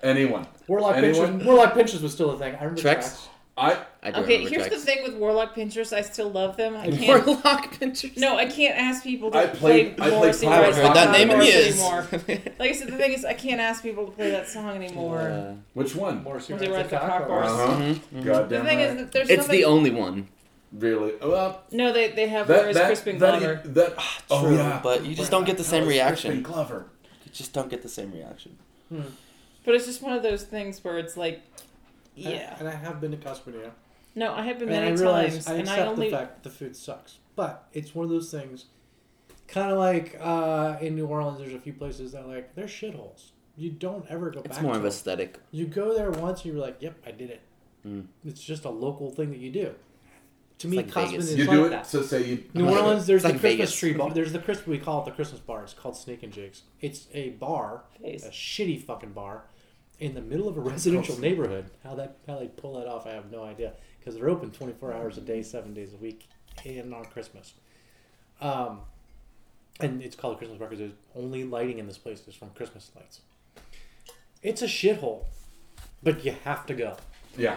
Anyone? Warlock Anyone? Pinchers. Warlock Pinchers was still a thing. I remember Trex? Trex. I I do Okay, remember here's the Jack's. thing with Warlock Pinchers. I still love them. I can't. Warlock Pinchers. no, I can't ask people to I play played- I played Morrissey Pirate Rise Rock. Heard Up that High name in Horse years. anymore. Like I said, the thing is, I can't ask people to play that song anymore. Uh, Which one? Morrissey Was it Rides Rides the the Cock Cock Horse? Horse. Uh-huh. mhm, mhm. Mm-hmm. the Goddamn thing right. is, that there's It's nothing. the only one. really. Well, no, they they have that where is that Crispin that, Glover. that, oh True, yeah. but you just Where don't get the hell same is reaction. Crispin Glover. You just don't get the same reaction. But it's just one of those things where it's like, And- yeah. And I have been to Cosmodia. No, I have been and many I realize times, I and accept I only the fact that the food sucks, but it's one of those things. Kind of like uh, in New Orleans, there's a few places that like they're shitholes. You don't ever go It's back. more to of them. aesthetic. You go there once, and you're like, "Yep, I did it." Mm. It's just a local thing that you do. To It's me, like Cosman Vegas. is You like do it that. so say you. New It's like- Orleans, there's it's the Christmas like Vegas. tree bar. There's the Christmas. We call it the Christmas bar. It's called Snake and Jigs. It's a bar, a face. shitty fucking bar, in the middle of a residential neighborhood. How that how they pull that off, I have no idea. Because they're open 24 hours a day, seven days a week, and on Christmas. Um, and it's called a Christmas bar because there's only lighting in this place is from Christmas lights. It's a shithole, but you have to go. Yeah.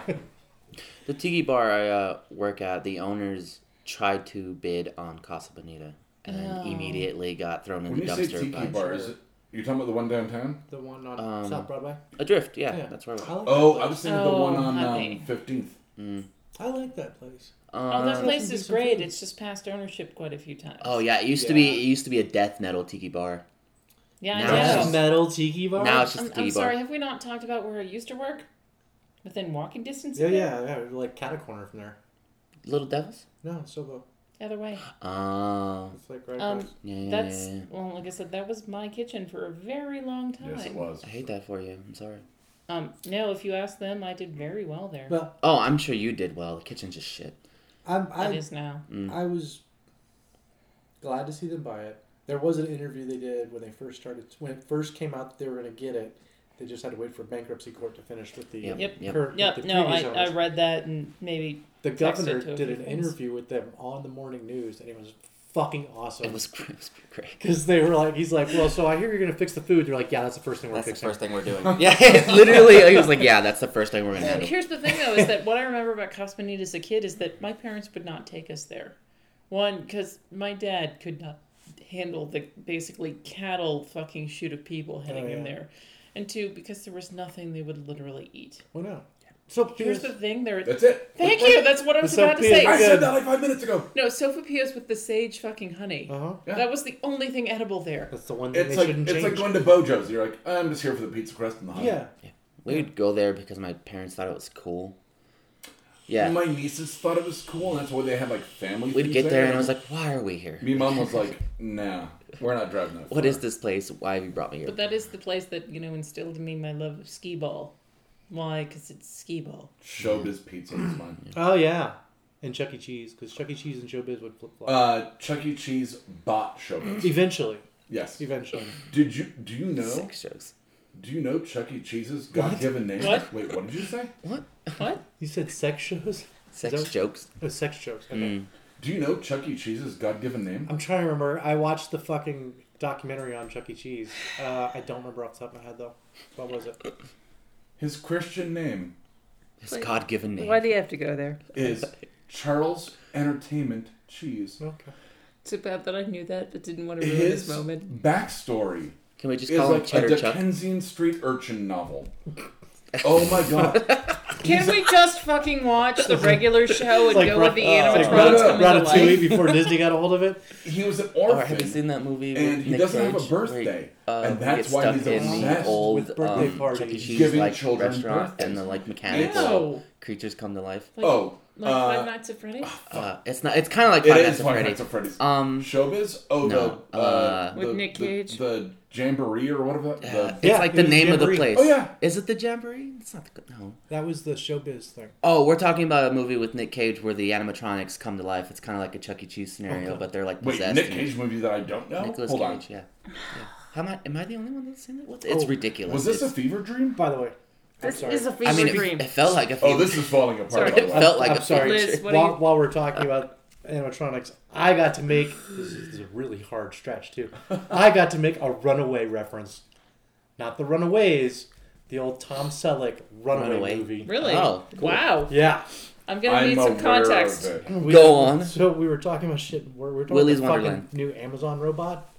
The tiki bar I uh, work at, the owners tried to bid on Casa Bonita and Oh. immediately got thrown in When the you say dumpster tiki by bar, is it? You talking about the one downtown? The one on Um, South Broadway. Adrift. Yeah, Yeah. that's where. I We're, like Oh, I that place. was thinking Oh, the one honey. on um, Fifteenth. mm. I like that place. Oh, that Uh, place is Some great. food. It's just passed ownership quite a few times. oh yeah, it used to be. Yeah. It used to be a death metal tiki bar. yeah, I Now know. it's That's a metal tiki bar. Now it's just I'm, a tiki I'm bar. sorry, have we not talked about where I used to work? Within walking distance? Yeah, of it? yeah, yeah. we're Like cat a corner from there. Little devils. No, so the Other way. Oh, it's like right Um, across. yeah, yeah, That's, yeah, yeah. well, like I said, that was my kitchen for a very long time. Yes, it was. I hate that for you. I'm sorry. Um, no, if you ask them, I did very well there. Well, Oh, I'm sure you did well. The kitchen's just shit. I'm, That I, is now. I was glad to see them buy it. There was an interview they did when they first started. When it first came out that they were going to get it, they just had to wait for bankruptcy court to finish with the Yep, Yep. yep. current- Yep, with the no, I, previous I owners. read that and maybe the texted governor to a few did an friends. interview with them on the morning news, and it was fucking awesome. It was, it was great. because they were like, he's like, well, so I hear you're gonna fix the food. They're like, yeah, that's the first thing we're That's the fixing. first thing we're doing. yeah, it's literally, he was like, yeah, that's the first thing we're gonna handle. Here's the thing, though, is that what I remember about Cosmonite as a kid is that my parents would not take us there. One, because my dad could not handle the basically cattle fucking shoot of people heading in Oh, yeah. there, and two, because there was nothing they would literally eat. Well, no. So Here's here's the thing, there. That's it. Thank you. That's what I was What's up, about to Peter? say. I Good. said that like five minutes ago. No, sopapillas with the sage fucking honey. Uh huh. Yeah. That was the only thing edible there. That's the one thing It's they like shouldn't it's change. like going to Bojo's. You're like, I'm just here for the pizza crust and the honey. yeah. We would go there because my parents thought it was cool. Yeah, My nieces thought it was cool, and that's why they had like family. we'd things get there and I was like, why are we here? me mom was like, Nah, we're not driving that. What far." is this place? Why have you brought me here? But that is the place that you know instilled in me my love of skee ball. Why? Because it's skee ball. Showbiz pizza is mine. Oh yeah. And Chuck E. Cheese, because Chuck E. Cheese and Showbiz would flip flop. Uh, Chuck E. Cheese bought Showbiz. eventually, Yes. eventually. Did you do you know Six shows. do you know Chuck E. Cheese's God given name? What? Wait, what did you say? What? What? You said sex shows? Sex that- jokes. Oh, sex shows. Okay. Do you know Chuck E. Cheese's God given name? I'm trying to remember. I watched the fucking documentary on Chuck E. Cheese. Uh, I don't remember off the top of my head though. What was it? His Christian name His God given name. Why do you have to go there? is Charles Entertainment Cheese. Okay. Too bad that I knew that, but didn't want to ruin His this moment. backstory Can we just is call like him a Cheddar Chuck? Dickensian street urchin novel. Oh my god. Can we just fucking watch the regular show and It's like go Ra- with the uh, animatronics it's Ratat- like coming to Rat- Ratatouille life? before Disney got a hold of it. He was an Oh, have you orphan. seen that movie? with And he Nick doesn't have a Cage where he, birthday, uh, and he that's gets why stuck he's in obsessed the old with birthday um, parties. Chuck E. Cheese Giving like children restaurant, and the birthdays. like mechanical No. creatures come to life. Like, Oh, like Five uh, Nights at Freddy's. Uh, it's not. It's kind of like it Five Nights is at Five Freddy's. Nights at Freddy's. Um, Showbiz? Oh, No, the, uh, uh, With the- Nick the- Cage? The, jamboree or whatever. The, uh, it's Yeah, like it the was name of the Jamboree. place. Oh, yeah. Is it the Jamboree? It's not the no. That was the Showbiz thing. Oh, we're talking about a movie with Nick Cage where the animatronics come to life. It's kind of like a Chuck E. Cheese scenario, Okay. but they're like wait, possessed. Nick and- Cage movie that I don't know. Nicolas Hold on. Cage. Yeah. yeah. How am I? Am I the only one that's seen it? What's, it's Oh, ridiculous. Was this a It's- fever dream? By the way, I'm This sorry. is a I fever mean, dream. it, it felt like a. Oh, Fever. this is falling apart. Sorry. By the It way. felt like I'm a sorry. fever Liz, dream. what do while, you- while we're talking about animatronics, I got to make this is, this is a really hard stretch too. I got to make a runaway reference, not the Runaways, the old Tom Selleck Runaway, Runaway. movie. Really? Oh, cool. Wow. Yeah, I'm gonna I'm need some aware of context. it. We- Go on. So we were talking about shit. We're, we're talking Willy's about the fucking Wonderland. new Amazon robot.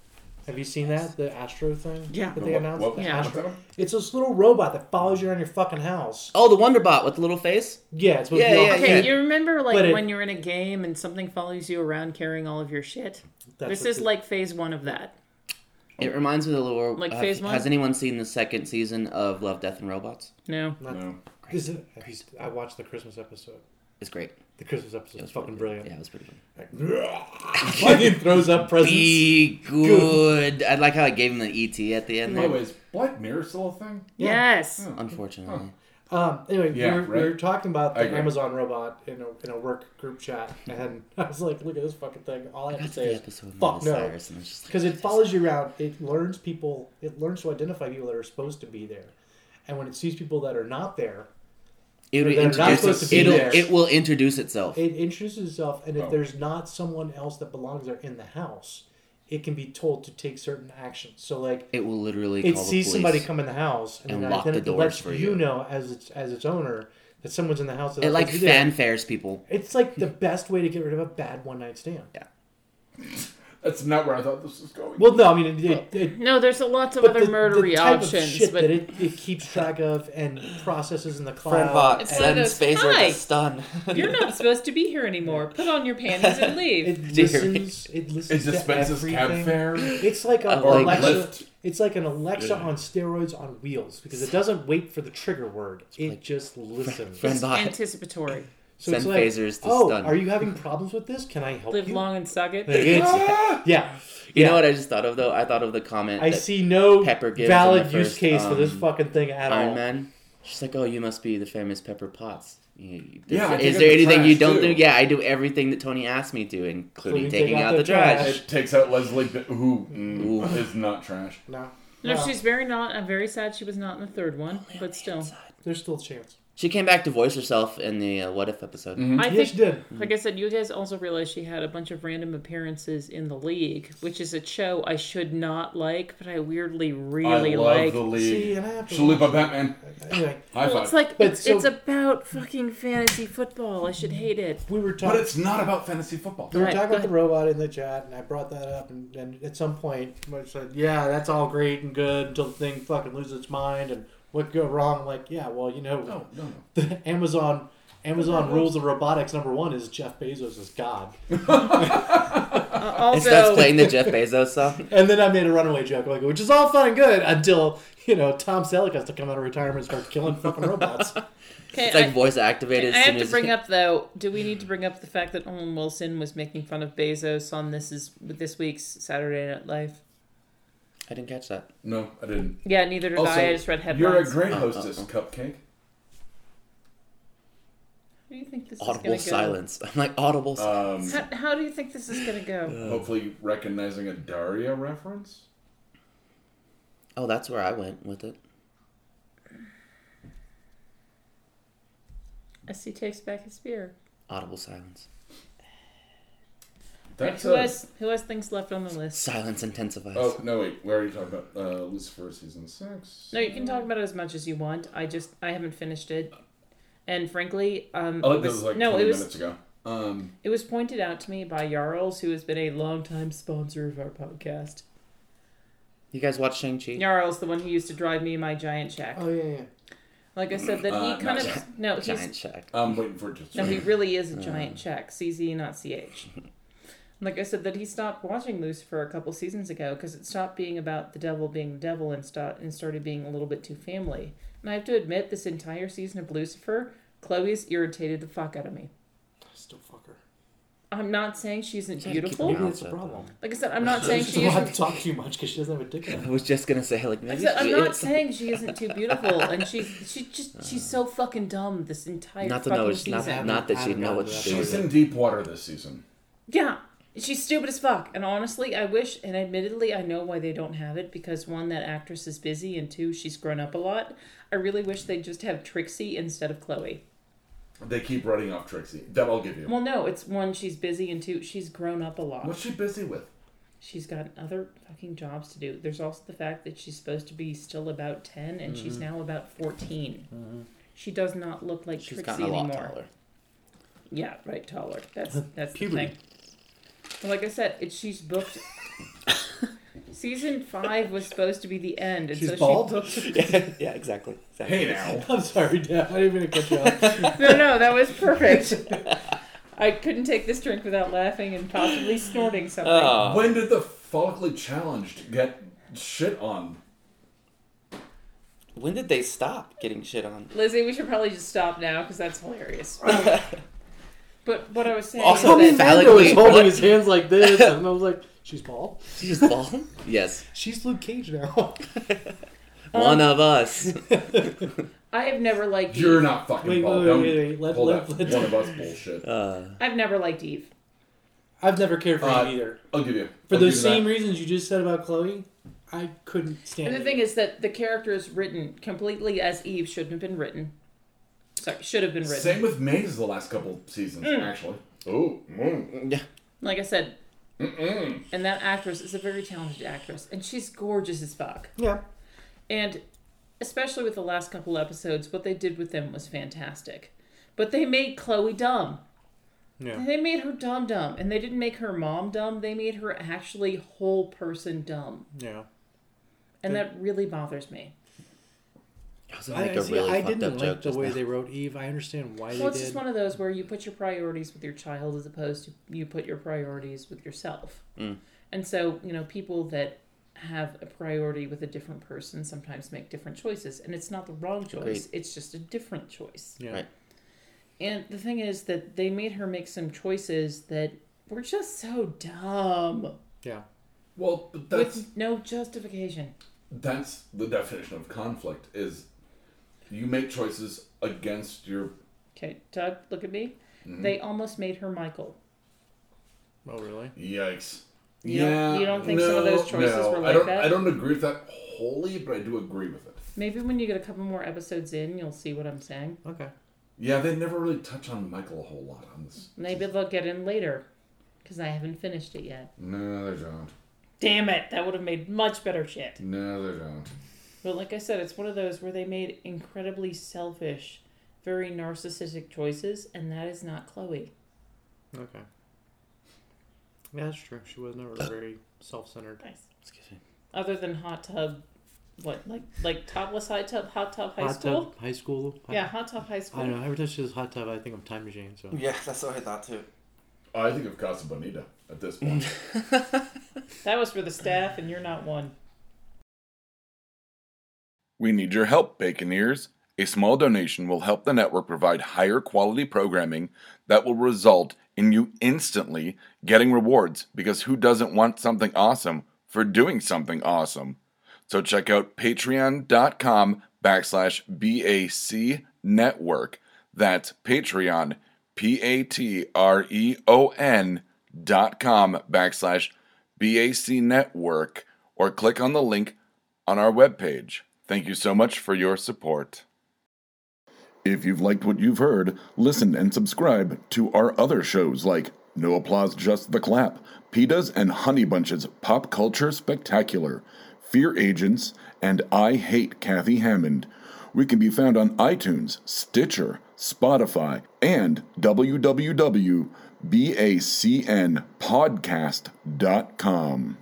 Have you seen that? The Astro thing? Yeah. That The they what- announced? what- The Yeah. what's Astro- that one? It's this little robot that follows you around your fucking house. Oh, the Wonderbot with the little face. Yeah, it's what Yeah, we all- yeah, Okay, yeah. you remember like But it- when you're in a game and something follows you around carrying all of your shit? That's this what is the- like phase one of that. Oh. It reminds me of the little. Like uh, Phase One? Has anyone seen the second season of Love, Death, and Robots? No. Not, No. This is, I just- I watched the Christmas episode. It's great. The Christmas episode is fucking brilliant. Yeah, it was pretty good. Fucking throws up presents. Be good. I like how I gave him the ET at the end. By the way, There. is Black Mirror still a thing? Hmm. Yes. Unfortunately, Um, anyway, Yeah, we, were, we right. were talking about I the agree. Amazon robot in a, in a work group chat, and I was like, look at this fucking thing. All I have to that's say the is, episode. with fuck Miley no. Cyrus, and it's just like, Because it follows you around. It learns people. It learns to identify people that are supposed to be there, and when it sees people that are not there, it'll they're not introduce supposed it- to be it'll- there. It will introduce itself. it introduces itself. And if Oh. there's not someone else that belongs there in the house, it can be told to take certain actions. So like, It will literally. it call the sees police. somebody come in the house, and, and then lock the identi- it doors lets for you you. know as its as its owner that someone's in the house. that's It like supposed to be there. fanfares people. It's like the best way to get rid of a bad one night stand. That's not where I thought this was going. Well, no, I mean it. it, it No, there's a lots of but other the- the murdery type of options, shit but that it, it keeps track of and processes in the cloud. It's one of sends those, Phaser to "Hi." stun. You're not supposed to be here anymore. Put on your panties and leave. It Dear. listens. It it listens to dispenses everything. cab fare. It's like a Or Alexa. Lyft. It's like an Alexa on steroids on wheels because it doesn't wait for the trigger word. It just listens. friend bot. Anticipatory. so it's Send like, phasers to oh, stun." are you having problems with this? Can I help Live you? long and suck it. Like, it's- yeah. You yeah. know what I just thought of though? I thought of the comment. I that see no Pepper gives in valid the use first, case for this um, fucking thing at all. Iron Man. She's like, oh, you must be the famous Pepper Potts. You- you- Yeah, I is, take out there the anything you trash, don't too. do? Yeah, I do everything that Tony asked me to, including Including taking out the trash. It takes out Leslie, B- who mm, Ooh. is not trash. No, No, no, Oh, she's very not. I'm very sad she was not in the third one, but still. there's still a chance. She came back to voice herself in the uh, What If episode. Mm-hmm. I yes, think, you did. like I said, you guys also realized she had a bunch of random appearances in the league, which is a show I should not like, but I weirdly really I love like. the See, league. and I have to. Salute my Batman. Anyway, High well, five. it's like But it's, so- it's about fucking fantasy football. I should hate it. we were but talking. it's not about fantasy football. we were Right, talking go about the robot in the chat, and I brought that up, and, and at some point, I said, "Yeah, that's all great and good until the thing fucking loses its mind and what could go wrong." I'm like, yeah, well, you know, No, no, no. the Amazon Amazon rules of robotics. Number one is Jeff Bezos is god. Uh, It starts also, playing the Jeff Bezos song. And then I made a runaway joke, like, which is all fun and good until you know Tom Selleck has to come out of retirement and start killing fucking robots. okay, It's like I- voice activated. I have as soon to as- bring up though. Do we need to bring up the fact that Owen Wilson was making fun of Bezos on this is this week's Saturday Night Live? I didn't catch that. No, I didn't. Yeah, neither did Also, I. I just read headlines. Uh-huh. You're a great Uh, uh, hostess, uh. Cupcake. How do you think this Audible is gonna go? silence. I'm like audible. si- Um, How, how do you think this is gonna go? Uh, hopefully recognizing a Daria reference. oh, that's where I went with it. As he takes back his beer. Audible silence. That's who a- has who has things left on the list? Silence intensifies. Oh no! Wait, we already talked about uh, Lucifer season six. No, you can talk about it as much as you want. I just I haven't finished it, and frankly, um, I it Oh, like this was, was like no, 20 it was minutes ago. Um, it was pointed out to me by Jarls, who has been a longtime sponsor of our podcast. You guys watch Shang Chi? Jarls, the one who used to drive me my giant shack. oh yeah, yeah. Like I said, that he Uh, kind not of gi- no, he's Giant Shack. I'm waiting for it to. no, he really is a giant check, CZ not CH. Like I said, that he stopped watching Lucifer a couple seasons ago because it stopped being about the devil being the devil and start and started being a little bit too family. And I have to admit, this entire season of Lucifer, Chloe's irritated the fuck out of me. Still fucker. I'm not saying she isn't Gotta keep beautiful. your Maybe mouth that's a shut, problem. Like I said, I'm not She saying just she don't have to isn't. talk too much because she doesn't have a dick. in though. her. I was just gonna say like I maybe. said, I'm she not is. saying she isn't too beautiful, and she's she just she's so fucking dumb this entire Not to fucking know, it's season. not, not that she Haven't know gotten what to that to do. part She's with yet. it. in deep water this season. Yeah, she's stupid as fuck. And honestly, I wish, and admittedly, I know why they don't have it because one, that actress is busy, and two, she's grown up a lot. I really wish they just have Trixie instead of Chloe. They keep running off Trixie. That I'll give you. Well, no, it's one, she's busy, and two, she's grown up a lot. What's she busy with? She's got other fucking jobs to do. There's also the fact that she's supposed to be still about 10, and she's Mm-hmm. now about 14. She does not look like She's Trixie gotten a lot anymore. taller. Yeah, right, taller. That's that's puberty. the thing. Well, like I said, it, she's booked. Season five was supposed to be the end, and She's so bald. yeah, yeah, exactly. exactly. Hey now. I'm sorry, Dad. I didn't mean to cut you off. she. No, no, that was perfect. I couldn't take this drink without laughing and possibly snorting something. Oh. Uh, When did the follically challenged get shit on? When did they stop getting shit on? Lizzie, we should probably just stop now because that's hilarious. but what I was saying. Also, is that- Phallic- Mando was holding what? his hands like this, and I was like, "She's bald. She's bald. yes, She's Luke Cage now." one of us. I have never liked. You're Eve. not fucking Wait, bald. wait, Don't wait, wait, let- pull let- that let- one of us bullshit. Uh, I've never liked Eve. I've never cared for Uh, you either. I'll give you. For I'll those give you that. same reasons you just said about Chloe, I couldn't stand. And the it. thing is that the character is written completely as Eve shouldn't have been written. Sorry, should have been written. Same with Maze the last couple seasons, Hmm. actually. Oh, mm. yeah. Like I said, and that actress is a very talented actress, and she's gorgeous as fuck. yeah, And especially with the last couple episodes, what they did with them was fantastic. But they made Chloe dumb. Yeah. They made her dumb dumb, and they didn't make her mom dumb. They made her actually whole person dumb, yeah. and that really bothers me. I was gonna I, make a see, really I fucked up didn't joke like the just way now. they wrote Eve. I understand why Well, they it's did. just one of those where you put your priorities with your child as opposed to you put your priorities with yourself. And so, you know, people that have a priority with a different person sometimes make different choices. And it's not the wrong choice, Agreed. it's just a different choice. yeah. Right. And the thing is that they made her make some choices that were just so dumb Yeah. Well, but that's with no justification. that's the definition of conflict is you make choices against your Okay, Doug, look at me. They almost made her Michael. Oh, really? yikes. You don't- you don't think some of those choices were I like don't, that? I don't agree with that wholly, but I do agree with it. Maybe when you get a couple more episodes in, you'll see what I'm saying. Okay. Yeah, they never really touch on Michael a whole lot on this. Maybe they'll get in later, because I haven't finished it yet. No, they don't. Damn it, that would have made much better shit. No, they don't. But like I said, it's one of those where they made incredibly selfish, very narcissistic choices, and that is not Chloe. Okay. Yeah, that's true. She was never very self-centered. Nice. Excuse me. Other than hot tub, what like like topless high tub, hot tub high hot school. tub, high school. I- Yeah, hot tub high I, school. don't know. Every time she says hot tub, I think of time machine. So Yeah, that's what I thought too. I think of Casa Bonita at this point. That was for the staff, and you're not one. We need your help, Baconeers. A small donation will help the network provide higher quality programming that will result in you instantly getting rewards because who doesn't want something awesome for doing something awesome? So check out patreon.com backslash BAC network. That's Patreon, P A T R E O N dot com backslash BAC network, or click on the link on our webpage. Thank you so much for your support. If you've liked what you've heard, listen and subscribe to our other shows like No Applause, Just the Clap, PETA's and Honey Bunches Pop Culture Spectacular, Fear Agents, and I Hate Kathy Hammond. We can be found on iTunes, Stitcher, Spotify, and www.bacnpodcast.com.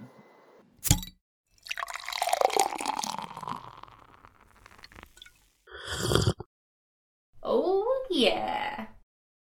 Oh, yeah.